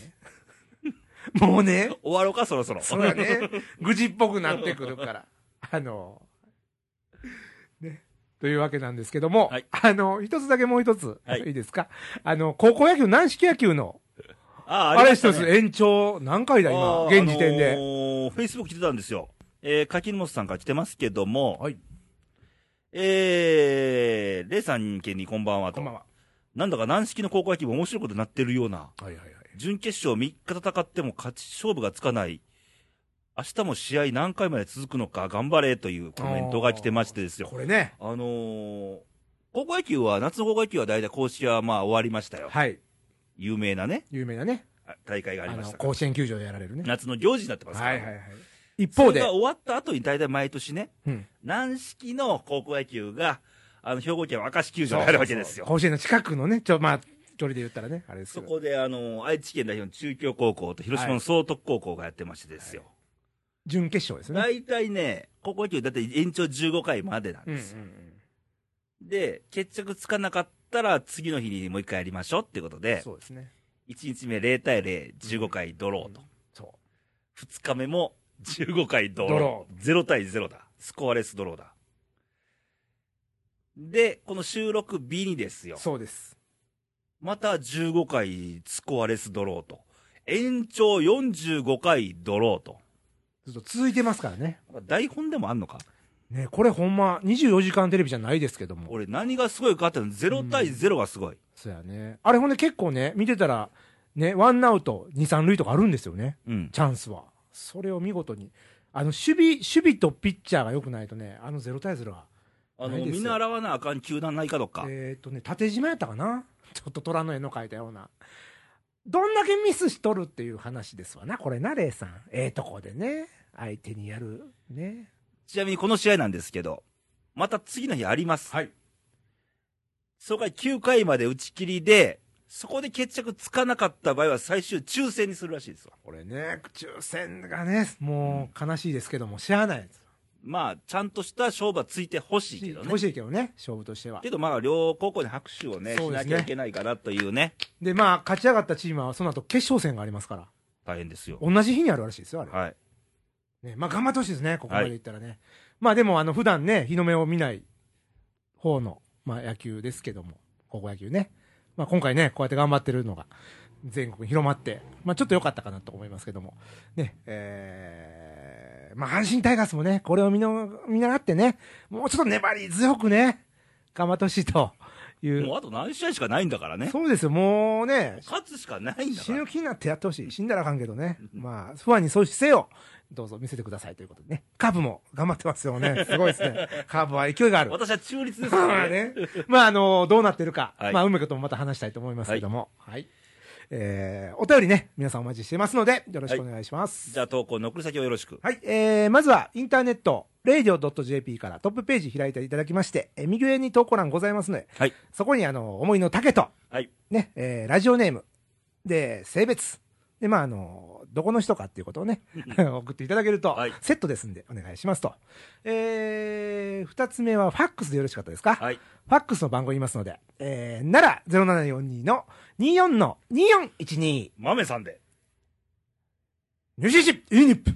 Speaker 2: もう ね。
Speaker 1: 終わろうか、そろそろ。
Speaker 2: そうやね。愚痴っぽくなってくるから。あの、ね。というわけなんですけども、
Speaker 1: はい
Speaker 2: あの、一つだけもう一つ、
Speaker 1: はい
Speaker 2: い、いですかあの、高校野球、軟式野球の、
Speaker 1: あ
Speaker 2: あれ一つ
Speaker 1: ね
Speaker 2: 延長何回だ、今、現時点で。
Speaker 1: フェイスブック来てたんですよ。えー、柿本さんから来てますけども、
Speaker 2: はい
Speaker 1: えー、レイさん家にこんばんはと。
Speaker 2: こんばんは。
Speaker 1: なんだか軟式の高校野球も面白いことになってるような。
Speaker 2: はいはいはい。
Speaker 1: 準決勝3日戦っても勝ち勝負がつかない。明日も試合何回まで続くのか頑張れというコメントが来てましてですよ。
Speaker 2: これね。
Speaker 1: あのー、高校野球は、夏の高校野球は大体公式はまあ終わりましたよ。
Speaker 2: はい。
Speaker 1: 有名なね、
Speaker 2: 有名なね。
Speaker 1: あ大会がありま
Speaker 2: の、
Speaker 1: したから
Speaker 2: 甲子園球場でやられるね。
Speaker 1: 夏の行事になってますから。
Speaker 2: はいはいはい。一
Speaker 1: そ
Speaker 2: 方
Speaker 1: れ
Speaker 2: で
Speaker 1: が、終わった後に大体毎年ね、
Speaker 2: うん
Speaker 1: 軟式の高校野球が、あの、兵庫県明石球場にあるわけですよ。
Speaker 2: 甲子園の近くのね、ちょ、まあ、距離で言ったらね、あれですけ
Speaker 1: そ
Speaker 2: ど
Speaker 1: こで、あの、愛知県代表の中京高校と広島の総徳高校がやってましてですよ。
Speaker 2: 準決勝ですね。
Speaker 1: 大体ね、高校野球だって延長15回までなん
Speaker 2: うんう
Speaker 1: で
Speaker 2: ん
Speaker 1: すよ。で、決着つかなかったら次の日にもう一回やりましょうってこと
Speaker 2: うん。
Speaker 1: で、
Speaker 2: そうですね。
Speaker 1: 1日目0対0、15回ドローと。
Speaker 2: そ
Speaker 1: 2日目も15回ド
Speaker 2: ド
Speaker 1: ロ
Speaker 2: ロ
Speaker 1: ー。0対0だ。スコアレスドローだ。で、この収録日にです
Speaker 2: う。
Speaker 1: よ。
Speaker 2: そうです。
Speaker 1: また15回スコアレスドローと。延長45回ドローと。
Speaker 2: ずっと続いてますからね。
Speaker 1: 台本でもあんのか
Speaker 2: ね、これほんま、24時間テレビじゃないですけども。
Speaker 1: 俺何がすごいかっていうの0対0がすごい。
Speaker 2: そうやね。あれほんで結構ね、見てたら、ね、ワンアウト、2、3塁とかあるんですよね。
Speaker 1: うん。
Speaker 2: チャンスは。それを見事に。あの、守備、守備とピッチャーが良くないとね、あの0対0は。
Speaker 1: あ
Speaker 2: ない
Speaker 1: の、
Speaker 2: ですよ
Speaker 1: 見習わなあかん球団ないかどっか。
Speaker 2: えっ、とね、縦島やったかなちょっと虎の絵の描いたような。どんだけミスしとるっていう話ですわな、これな、レイさん。ええとこでね、相手にやる。ね。
Speaker 1: ちなみにこの試合なんですけど、また次の日あります。
Speaker 2: はい。
Speaker 1: そこから9回まで打ち切りで、そこで決着つかなかった場合は最終抽選にするらしいですわ。
Speaker 2: これね、抽選がね、もう悲しいですけども、しゃあないです。
Speaker 1: まあ、ちゃんとした勝負はついてほしいけどね
Speaker 2: 欲。しいけどね、勝負としては。
Speaker 1: けどまあ、両高校に拍手をね、
Speaker 2: そ
Speaker 1: し
Speaker 2: うですね
Speaker 1: なきゃいけないかなというね、
Speaker 2: で、まあ、勝ち上がったチームは、その後決勝戦がありますから、
Speaker 1: 大変ですよ。
Speaker 2: 同じ日にあるらしいですよ、あれ。
Speaker 1: はい。
Speaker 2: ね、まあ、頑張ってほしいですね、ここまでいったらね。まあ、でも、あの、普段ね、日の目を見ない方の、まあ、野球ですけども、高校野球ね。まあ、今回ね、こうやって頑張ってるのが、全国に広まって、まあ、ちょっと良かったかなと思いますけども。ね、えー、まあ、阪神タイガースもね、これを見の見習ってね、もうちょっと粘り強くね、頑張ってほしいという。
Speaker 1: もうあと何試合しかないんだからね。
Speaker 2: そうですよ、もうね、
Speaker 1: 勝つしかないんだ
Speaker 2: 死
Speaker 1: から
Speaker 2: ぬ。気になってやってほしい。死んだらあかんけどね。
Speaker 1: うん
Speaker 2: まあ、不安にそうせよ。どうぞ見せてくださいということでね。カープも頑張ってます よね。すごいですね。カープは勢いがある。
Speaker 1: 私は中立ですか
Speaker 2: ま
Speaker 1: ら
Speaker 2: あ
Speaker 1: ね。
Speaker 2: ね。まあ、あのどうなってるか。
Speaker 1: はい
Speaker 2: まあ、梅子ともまた話したいと思いますけども。はい。えー、お便りね、皆さんお待ちしてますので、よろしくお願いします。
Speaker 1: じゃあ投稿、残り先をよろしく。
Speaker 2: はい、えー、まずはインターネット、radio.jp からトップページ開いていただきまして、えー右上に投稿欄ございますので、
Speaker 1: はい。
Speaker 2: そこにあの、思いの丈と、
Speaker 1: はい。
Speaker 2: ね、えーラジオネーム、で、性別、で、まあ、あの、どこの人かっていうことをね、 送っていただけると
Speaker 1: はい、
Speaker 2: セットですんで、お願いしますと。えー、二つ目は、ファックスでよろしかったですか、
Speaker 1: はい。
Speaker 2: ファックスの番号言いますので、えー、なら、0742の24の2412、
Speaker 1: 豆さんで。
Speaker 2: 入試し、ユニップ。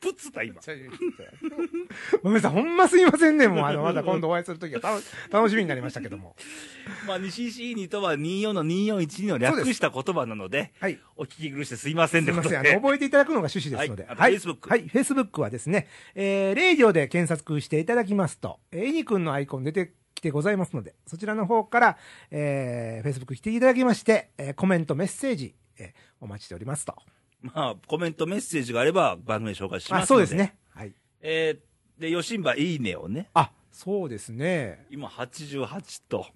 Speaker 1: プッツだ、今。
Speaker 2: ごめんなさい、ほんますいませんね、もう、あの、また今度お会いするときは楽楽しみになりましたけども。
Speaker 1: まあ、西石にとは24の2412の略した言葉なので、
Speaker 2: はい。
Speaker 1: お聞き苦してすいません
Speaker 2: す
Speaker 1: って
Speaker 2: い
Speaker 1: こ
Speaker 2: ま
Speaker 1: と
Speaker 2: せ
Speaker 1: で。
Speaker 2: ん、あ の、覚えていただくのが趣旨ですので。
Speaker 1: はいあと
Speaker 2: はい。
Speaker 1: Facebook
Speaker 2: はい、Facebook はですね、えー、レイディオで検索していただきますと、えー、いにくんのアイコン出てきてございますので、そちらの方から、えー、Facebook 来ていただきまして、えー、コメント、メッセージ、えー、お待ちしておりますと。
Speaker 1: まあ、コメント、メッセージがあれば番組で紹介しますので。
Speaker 2: あ、そうです。ね。はい。
Speaker 1: えー、で、吉んばいいねをね、
Speaker 2: あ、そうですね。
Speaker 1: 今88と。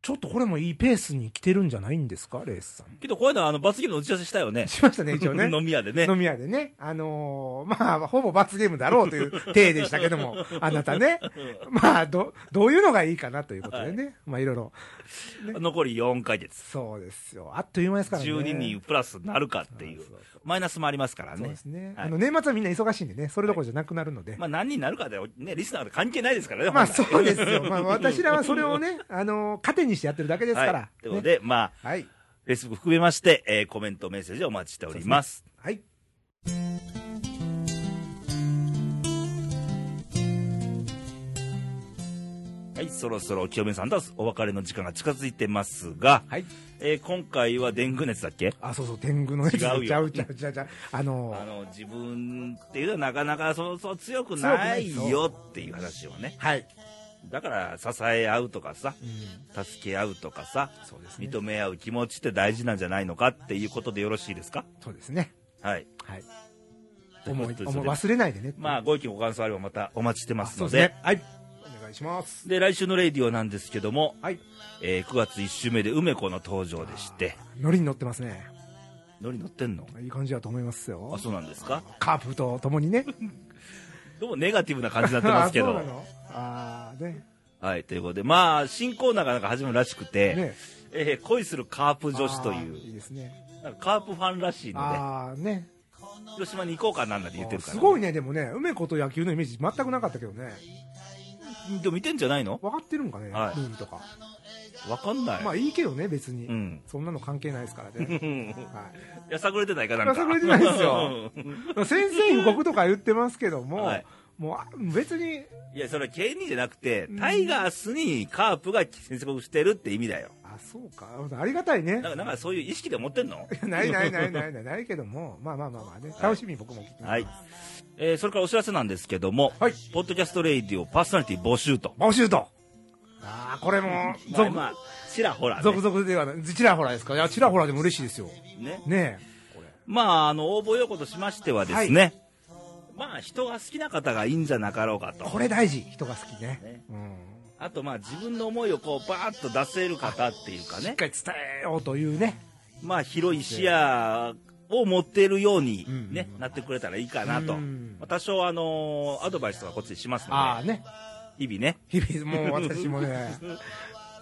Speaker 2: ちょっとこれもいいペースに来てるんじゃないんですか、レイスさん。
Speaker 1: けど、こういうのは、あの、罰ゲームの打ち合わせしたよね。。
Speaker 2: しましたね、一応 ね
Speaker 1: 飲み屋でね。
Speaker 2: 飲み屋でね、あのーまあ、ほぼ罰ゲームだろうと いう体でしたけども、あなたね、まあ、ど、どういうのがいいかなということでね、まあ、いろいろ。
Speaker 1: 残り4回です。
Speaker 2: そうですよ。あっという間ですからね。
Speaker 1: 12人プラスなるかっていう
Speaker 2: そうそうそ。
Speaker 1: マイナスもありますから
Speaker 2: そう
Speaker 1: ね
Speaker 2: です。ね。
Speaker 1: はい
Speaker 2: あの、年末はみんな忙しいんでね、それどころじゃなくなるので。
Speaker 1: まあ、何になるかで、ね、リスナーと関係ないですからね、
Speaker 2: まあ、
Speaker 1: 本来
Speaker 2: そうですよ。まあ、私らはそ れをね、あのー糧にしてやってるだけですから。
Speaker 1: はい。ということ
Speaker 2: ね
Speaker 1: で、まあ、
Speaker 2: はい。
Speaker 1: Facebook 含めまして、えーコメント、メッセージをお待ちしております。
Speaker 2: はい。
Speaker 1: はい、そろそろお清めさんとお別れの時間が近づいてますが、
Speaker 2: はい。
Speaker 1: えー今回はデング熱だっけ
Speaker 2: あ、そうそう、天狗のやつ。
Speaker 1: 違うよ
Speaker 2: ちゃうちゃうちゃうちゃう。あのー
Speaker 1: あの自分っていうのはなかなかそうそう強くないよっていう話をね
Speaker 2: はい。
Speaker 1: だから支え合うとかさ
Speaker 2: うん。
Speaker 1: 助け合うとかさ
Speaker 2: そうですね。
Speaker 1: 認め合う気持ちって大事なんじゃないのかっていうことでよろしいですか
Speaker 2: そうですね。
Speaker 1: はい
Speaker 2: はい。
Speaker 1: という
Speaker 2: 思
Speaker 1: こ
Speaker 2: い、
Speaker 1: とで
Speaker 2: 思い忘れないでね。
Speaker 1: まあご意見ご感想あればまたお待ちしてま
Speaker 2: あ、
Speaker 1: す
Speaker 2: そ
Speaker 1: の
Speaker 2: う
Speaker 1: で
Speaker 2: ですね。はい。お願いします。
Speaker 1: で来週の「レイディオ」なんですけども、
Speaker 2: はい。
Speaker 1: えー9月1週目で梅子の登場でして
Speaker 2: ノリに乗ってますね。
Speaker 1: ノリ乗ってんの
Speaker 2: いい感じだと思いますよ。
Speaker 1: あそうなんですか
Speaker 2: カープと共にね。
Speaker 1: どうもネガティブな感じになってますけ
Speaker 2: あそうな
Speaker 1: ど
Speaker 2: のあーね。
Speaker 1: はいということでまあ新コーナーがなんか始まるらしくて、
Speaker 2: ね。
Speaker 1: えー恋するカープ女子とい
Speaker 2: あー
Speaker 1: う
Speaker 2: いいですね。
Speaker 1: なんかカープファンらしいので、
Speaker 2: ああ、ね。
Speaker 1: 広島に行こうかなんだって言ってるから、
Speaker 2: すごい
Speaker 1: い。
Speaker 2: ね、でもね、梅子と野球のイメージ全くなかったけどね。
Speaker 1: でも見てんじゃないの
Speaker 2: 分かってるんかね、ル
Speaker 1: はい
Speaker 2: ールとか。
Speaker 1: わかんない。
Speaker 2: まあいいけどね、別に。
Speaker 1: うん。
Speaker 2: そんなの関係ないですからね。 はい。
Speaker 1: やさぐれてないかなんか。
Speaker 2: やさぐれてないですよ
Speaker 1: うん
Speaker 2: まあ先生予告とか言ってますけども、
Speaker 1: はい
Speaker 2: もうあ別に、
Speaker 1: いや、それは K2 じゃなくて、タイガースにカープが先生してるって意味だよ。
Speaker 2: あ、そうか。ありがた いね。
Speaker 1: なんか、なんかそういう意識で持ってんの
Speaker 2: ないないないないないないけども、まあまあまあまあね、楽しみに僕も聞きます。
Speaker 1: はい。えーそれからお知らせなんですけども、
Speaker 2: はい
Speaker 1: ポッドキャストレイディオパーソナリティ募集と。
Speaker 2: 募集と。ああ、これも、
Speaker 1: まあ、
Speaker 2: 続、
Speaker 1: まあ、ちらほら、ね。
Speaker 2: 続々ではない。ちらほらですかいや、ちらほらでも嬉しいですよ。
Speaker 1: ね。
Speaker 2: ね
Speaker 1: まあ、あの、応募要項としましてはですね、まあ、人が好きな方がいいんじゃなかろうか
Speaker 2: え。
Speaker 1: と。
Speaker 2: これ大事、人が好きね
Speaker 1: ね。
Speaker 2: うん。
Speaker 1: あとまあ自分の思いをこうバーッと出せる方っていうか
Speaker 2: しっ
Speaker 1: ね、
Speaker 2: かり伝えようというね。
Speaker 1: まあ広い視野を持っているように
Speaker 2: うん
Speaker 1: ね、なってくれたらいいかなと。
Speaker 2: うん
Speaker 1: まあ多少あのーアドバイスとかこっちでします
Speaker 2: あ
Speaker 1: の
Speaker 2: あね。
Speaker 1: で、日々ね。
Speaker 2: 日々、もう私もね、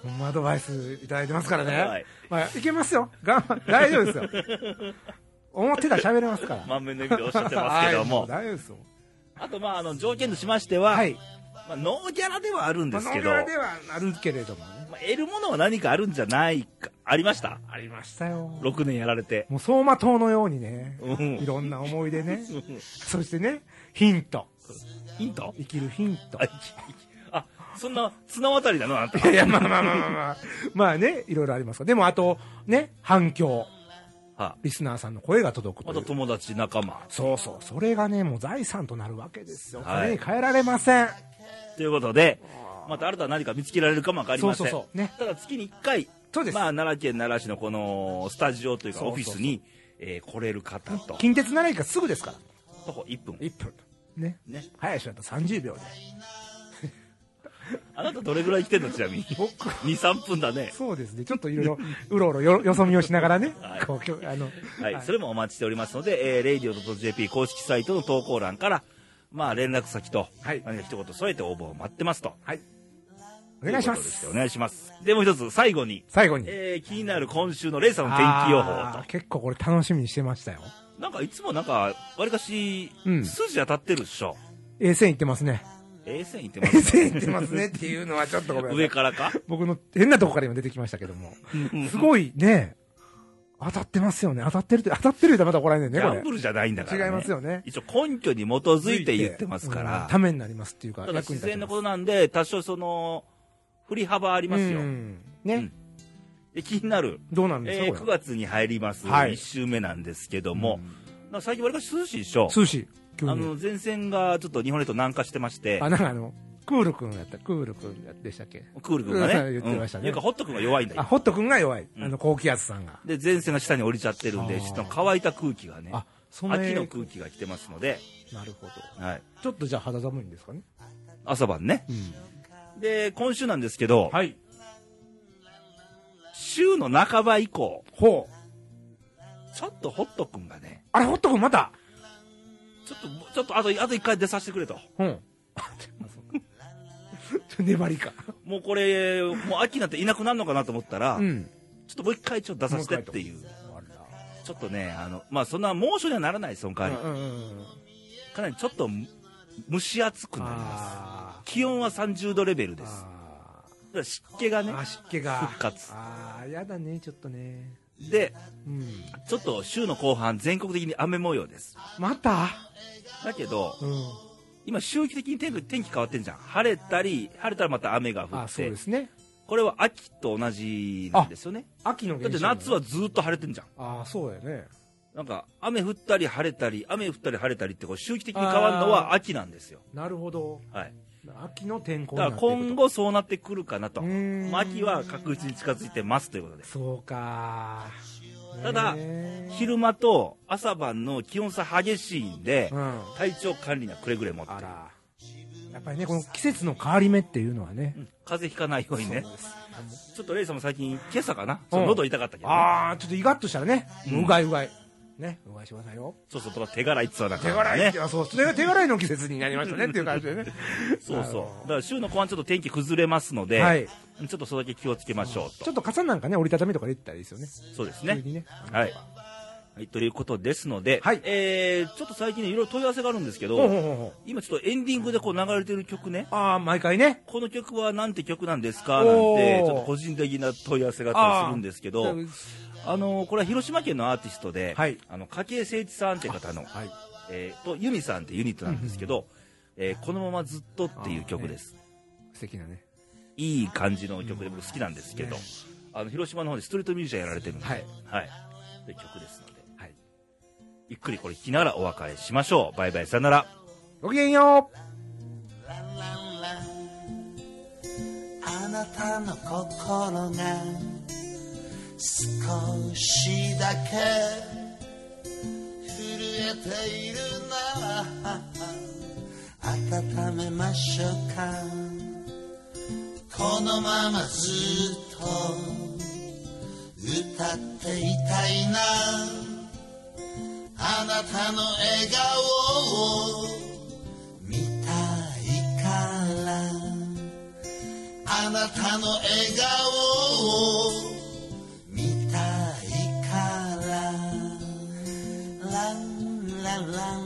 Speaker 2: ほんまアドバイスいただいてますから
Speaker 1: は
Speaker 2: ね
Speaker 1: い。
Speaker 2: まあ、いけますよ。頑張大丈夫ですよ。思ってたら喋れますから。
Speaker 1: 満面の意味でおっしゃってますけども。
Speaker 2: はい大丈夫ですよ。
Speaker 1: あとまああの条件としましては、
Speaker 2: はい。
Speaker 1: まあノーギャラではあるん
Speaker 2: ま
Speaker 1: で
Speaker 2: あ、
Speaker 1: す
Speaker 2: ノ
Speaker 1: け
Speaker 2: ー
Speaker 1: ど、
Speaker 2: ギャ
Speaker 1: ま
Speaker 2: ラではなるけれどもね。
Speaker 1: あ、得るものは何かあるんじゃないか、ありました
Speaker 2: ありましたよ。
Speaker 1: ?6 年やられて。
Speaker 2: もう走馬灯のようにね、
Speaker 1: うん
Speaker 2: いろんな思い出ね、そしてね、ヒント、
Speaker 1: ヒント
Speaker 2: 生きるヒン ト。
Speaker 1: あい
Speaker 2: い
Speaker 1: あ、そんな綱渡りなのあんた。
Speaker 2: やいや、まあまあまあまあまあ、まあね、いろいろありますがでもあと、ね、反響、
Speaker 1: は
Speaker 2: リスナーさんの声が届く
Speaker 1: あ、あ
Speaker 2: とい
Speaker 1: と
Speaker 2: う。
Speaker 1: 友達、仲間。
Speaker 2: そうそう、それがね、もう財産となるわけですよ。
Speaker 1: はい
Speaker 2: それに変えられません。
Speaker 1: ということで、また新たな何か見つけられるかもわかり
Speaker 2: そ
Speaker 1: ま
Speaker 2: う
Speaker 1: せん
Speaker 2: そうそう。ね。
Speaker 1: ただ月に1回
Speaker 2: そうです。
Speaker 1: まあ、奈良県奈良市のこのスタジオというか
Speaker 2: そう
Speaker 1: オ
Speaker 2: そ
Speaker 1: フ
Speaker 2: う
Speaker 1: ィ
Speaker 2: そう
Speaker 1: スにえー来れる方と
Speaker 2: 近鉄奈良駅からすぐですから。
Speaker 1: 徒歩1分
Speaker 2: 1分。ね。
Speaker 1: ね
Speaker 2: 早い人だったら30秒で。
Speaker 1: あなたどれぐらい来てんのちなみに
Speaker 2: 僕、
Speaker 1: 23分だね
Speaker 2: そうですね。ちょっといろいろ、うろうろよ、よそ見をしながらね。
Speaker 1: はい
Speaker 2: こうきょ、あの、
Speaker 1: はい、
Speaker 2: はい
Speaker 1: それもお待ちしておりますので、えー、radio.jp 公式サイトの投稿欄から、まあ、連絡先と、
Speaker 2: はい
Speaker 1: 何か一言添えて応募を待ってますと。
Speaker 2: はい。お願いしま
Speaker 1: とうことですお。願いします。で、もう一つ、最後に、
Speaker 2: 最後に。
Speaker 1: えー、気になる今週のレイさんの天気予報
Speaker 2: あー結構これ楽しみにしてましたよ。
Speaker 1: と。なんか、いつもなんか、わりかし、
Speaker 2: うん
Speaker 1: 筋当たってるっしょ。
Speaker 2: A 線行ってま すね。
Speaker 1: A 線いってま
Speaker 2: 衛
Speaker 1: す
Speaker 2: 星
Speaker 1: ね。
Speaker 2: 行ってますねっていうのはちょっとごめんなさ
Speaker 1: 上
Speaker 2: い。
Speaker 1: からか
Speaker 2: 僕の変なとこから今出てきましたけども。すごいね。当たってますよね。当たってるって、当たってるってまた怒られるん
Speaker 1: ギ
Speaker 2: ね、これ
Speaker 1: ャン。ブルじゃないんだから、ね。
Speaker 2: 違いますよね
Speaker 1: 一応根拠に基づいて言ってますか
Speaker 2: うん
Speaker 1: ら。
Speaker 2: ためになりますっていうか、
Speaker 1: ただ
Speaker 2: 役に
Speaker 1: 自
Speaker 2: 立ち
Speaker 1: 然
Speaker 2: ま
Speaker 1: の
Speaker 2: す
Speaker 1: ことなんで、多少その、振り幅ありますよ。
Speaker 2: うんね。
Speaker 1: で気になる、
Speaker 2: どうなんです
Speaker 1: えー
Speaker 2: か、
Speaker 1: 9
Speaker 2: これ。
Speaker 1: 月に入ります、
Speaker 2: はい
Speaker 1: 1週目なんですけども、なんか最近、わりかし涼しいでしょ、
Speaker 2: 涼しい。急
Speaker 1: あ
Speaker 2: に。
Speaker 1: の前線がちょっと日本列島南下してまして
Speaker 2: あ、、なんかあの、クール君やった。クール君でしたっけ
Speaker 1: クール君がね、
Speaker 2: うん言ってましたね
Speaker 1: うんいうか、ホット君が弱いんだ
Speaker 2: あ、
Speaker 1: よ、
Speaker 2: ホット君が弱い。
Speaker 1: ん
Speaker 2: あの、高気圧さんが。
Speaker 1: で前線が下に降りちゃってるん
Speaker 2: あ
Speaker 1: で、
Speaker 2: ー
Speaker 1: ちょっと乾いた空気がね、
Speaker 2: あ、そ
Speaker 1: 秋の
Speaker 2: 影響
Speaker 1: 空気が来てますので、
Speaker 2: なるほど。
Speaker 1: はい、
Speaker 2: ちょっとじゃあ肌寒いんですかね。
Speaker 1: 朝晩ね。
Speaker 2: うん。
Speaker 1: で、今週なんですけど、
Speaker 2: はい。
Speaker 1: 週の半ば以降、
Speaker 2: ほう。
Speaker 1: ちょっとホット君がね、
Speaker 2: あれ、ホット君また
Speaker 1: ちょっと、ちょっとあと、あと一回出させてくれと。
Speaker 2: うん。ちょ 粘りか。
Speaker 1: もうこれ、もう秋になっていなくなるのかなと思ったら、
Speaker 2: ん。
Speaker 1: ちょっともう一回ちょっと出させてっていう。ちょっとね、あの、まあ、そんな猛暑にはならないです、その
Speaker 2: あ
Speaker 1: 代
Speaker 2: ら。
Speaker 1: わ
Speaker 2: うんうんうん。
Speaker 1: り。かなりちょっとむ蒸し暑くなります。
Speaker 2: あ
Speaker 1: 気温は30度レベル
Speaker 2: ー
Speaker 1: です。だか
Speaker 2: あ
Speaker 1: ら湿気がね
Speaker 2: ー。、あ、湿気が。
Speaker 1: 復活
Speaker 2: ああ、やだね、ちょっとね。
Speaker 1: で、
Speaker 2: うん。
Speaker 1: ちょっと週の後半、全国的に雨模様です。
Speaker 2: また
Speaker 1: だけど、
Speaker 2: うん。
Speaker 1: 今、周期的に天気天気変わってんじゃん。晴れたり、晴れたらまた雨が降
Speaker 2: あ
Speaker 1: っ
Speaker 2: そう
Speaker 1: て
Speaker 2: で、すね。
Speaker 1: これは秋と同じなんですよね。
Speaker 2: 秋の現
Speaker 1: だ
Speaker 2: 象
Speaker 1: って夏は。ずーっと晴れてんじゃん。
Speaker 2: ああ、そうだよね。
Speaker 1: なんか、雨降ったり晴れたり、雨降ったり晴れたりって、こう周期的に変わるのは秋なんですよ。
Speaker 2: なるほど。
Speaker 1: はい。
Speaker 2: 秋の天候
Speaker 1: だから今後そうなってくるかなと。
Speaker 2: うーん
Speaker 1: まあ秋は確実に近づいてますということです。
Speaker 2: そうか。
Speaker 1: ただ
Speaker 2: ねえ
Speaker 1: 昼間と朝晩の気温差激しいんで
Speaker 2: う、ん。
Speaker 1: 体調管理にはくれぐれもって
Speaker 2: あら。やっぱりね、この季節の変わり目っていうのはね
Speaker 1: う。ん風邪ひかないようにね。ちょっとレイさんも最近、今朝かな、
Speaker 2: う
Speaker 1: ちょ
Speaker 2: ん
Speaker 1: っと喉痛かったけど、ね、
Speaker 2: ああ、ちょっとイガッとしたらね、
Speaker 1: うん
Speaker 2: うがいうがい。ね、うがいしてくださいよ。
Speaker 1: そうそう、手柄いっつはなんか
Speaker 2: 手
Speaker 1: ね、
Speaker 2: 洗いって、
Speaker 1: ね。
Speaker 2: あそう、それが手洗いの季節になりましたねっていう感 じでね。
Speaker 1: そうそう。
Speaker 2: あ
Speaker 1: だから週の後半ちょっと天気崩れますので、
Speaker 2: はい。
Speaker 1: ちょっとそれだけ気をつけましょう
Speaker 2: ちょ
Speaker 1: と。
Speaker 2: っと傘なんかね、折りたたみとかで行ったらいいですよね。
Speaker 1: そうです
Speaker 2: 急
Speaker 1: ね。
Speaker 2: にね。
Speaker 1: はい。はい、ということですので、
Speaker 2: はい
Speaker 1: えー、ちょっと最近ね、いろいろ問い合わせがあるんですけど、
Speaker 2: ほうほうほうほう
Speaker 1: 今ちょっとエンディングでこう流れてる曲ね、
Speaker 2: ああ、毎回ね。
Speaker 1: この曲はなんて曲なんですかなんて、ち
Speaker 2: おー
Speaker 1: ょっと個人的な問い合わせがあったりするんですけど、あのーこれは広島県のアーティストで、
Speaker 2: はい
Speaker 1: あの、筧誠一さんって方の、
Speaker 2: はい。
Speaker 1: えーと、ユミさんってユニットなんですけど、えーこのままずっとっていう曲です。
Speaker 2: 素敵なね。
Speaker 1: いい感じの曲で僕好きなんですけど、
Speaker 2: ね
Speaker 1: あの、広島の方でストリートミュージシャンやられてるんで、
Speaker 2: はい。
Speaker 1: はい。で曲ですので、
Speaker 2: はい。
Speaker 1: ゆっくりこれ聴きながらお別れしましょう。バイバイ、さよなら。
Speaker 2: ごきげんよう
Speaker 3: あなたの心が少しだけ震えているな温めましょうかこのままずっと歌っていたいなあなたの笑顔を見たいからあなたの笑顔を見たいからランランラン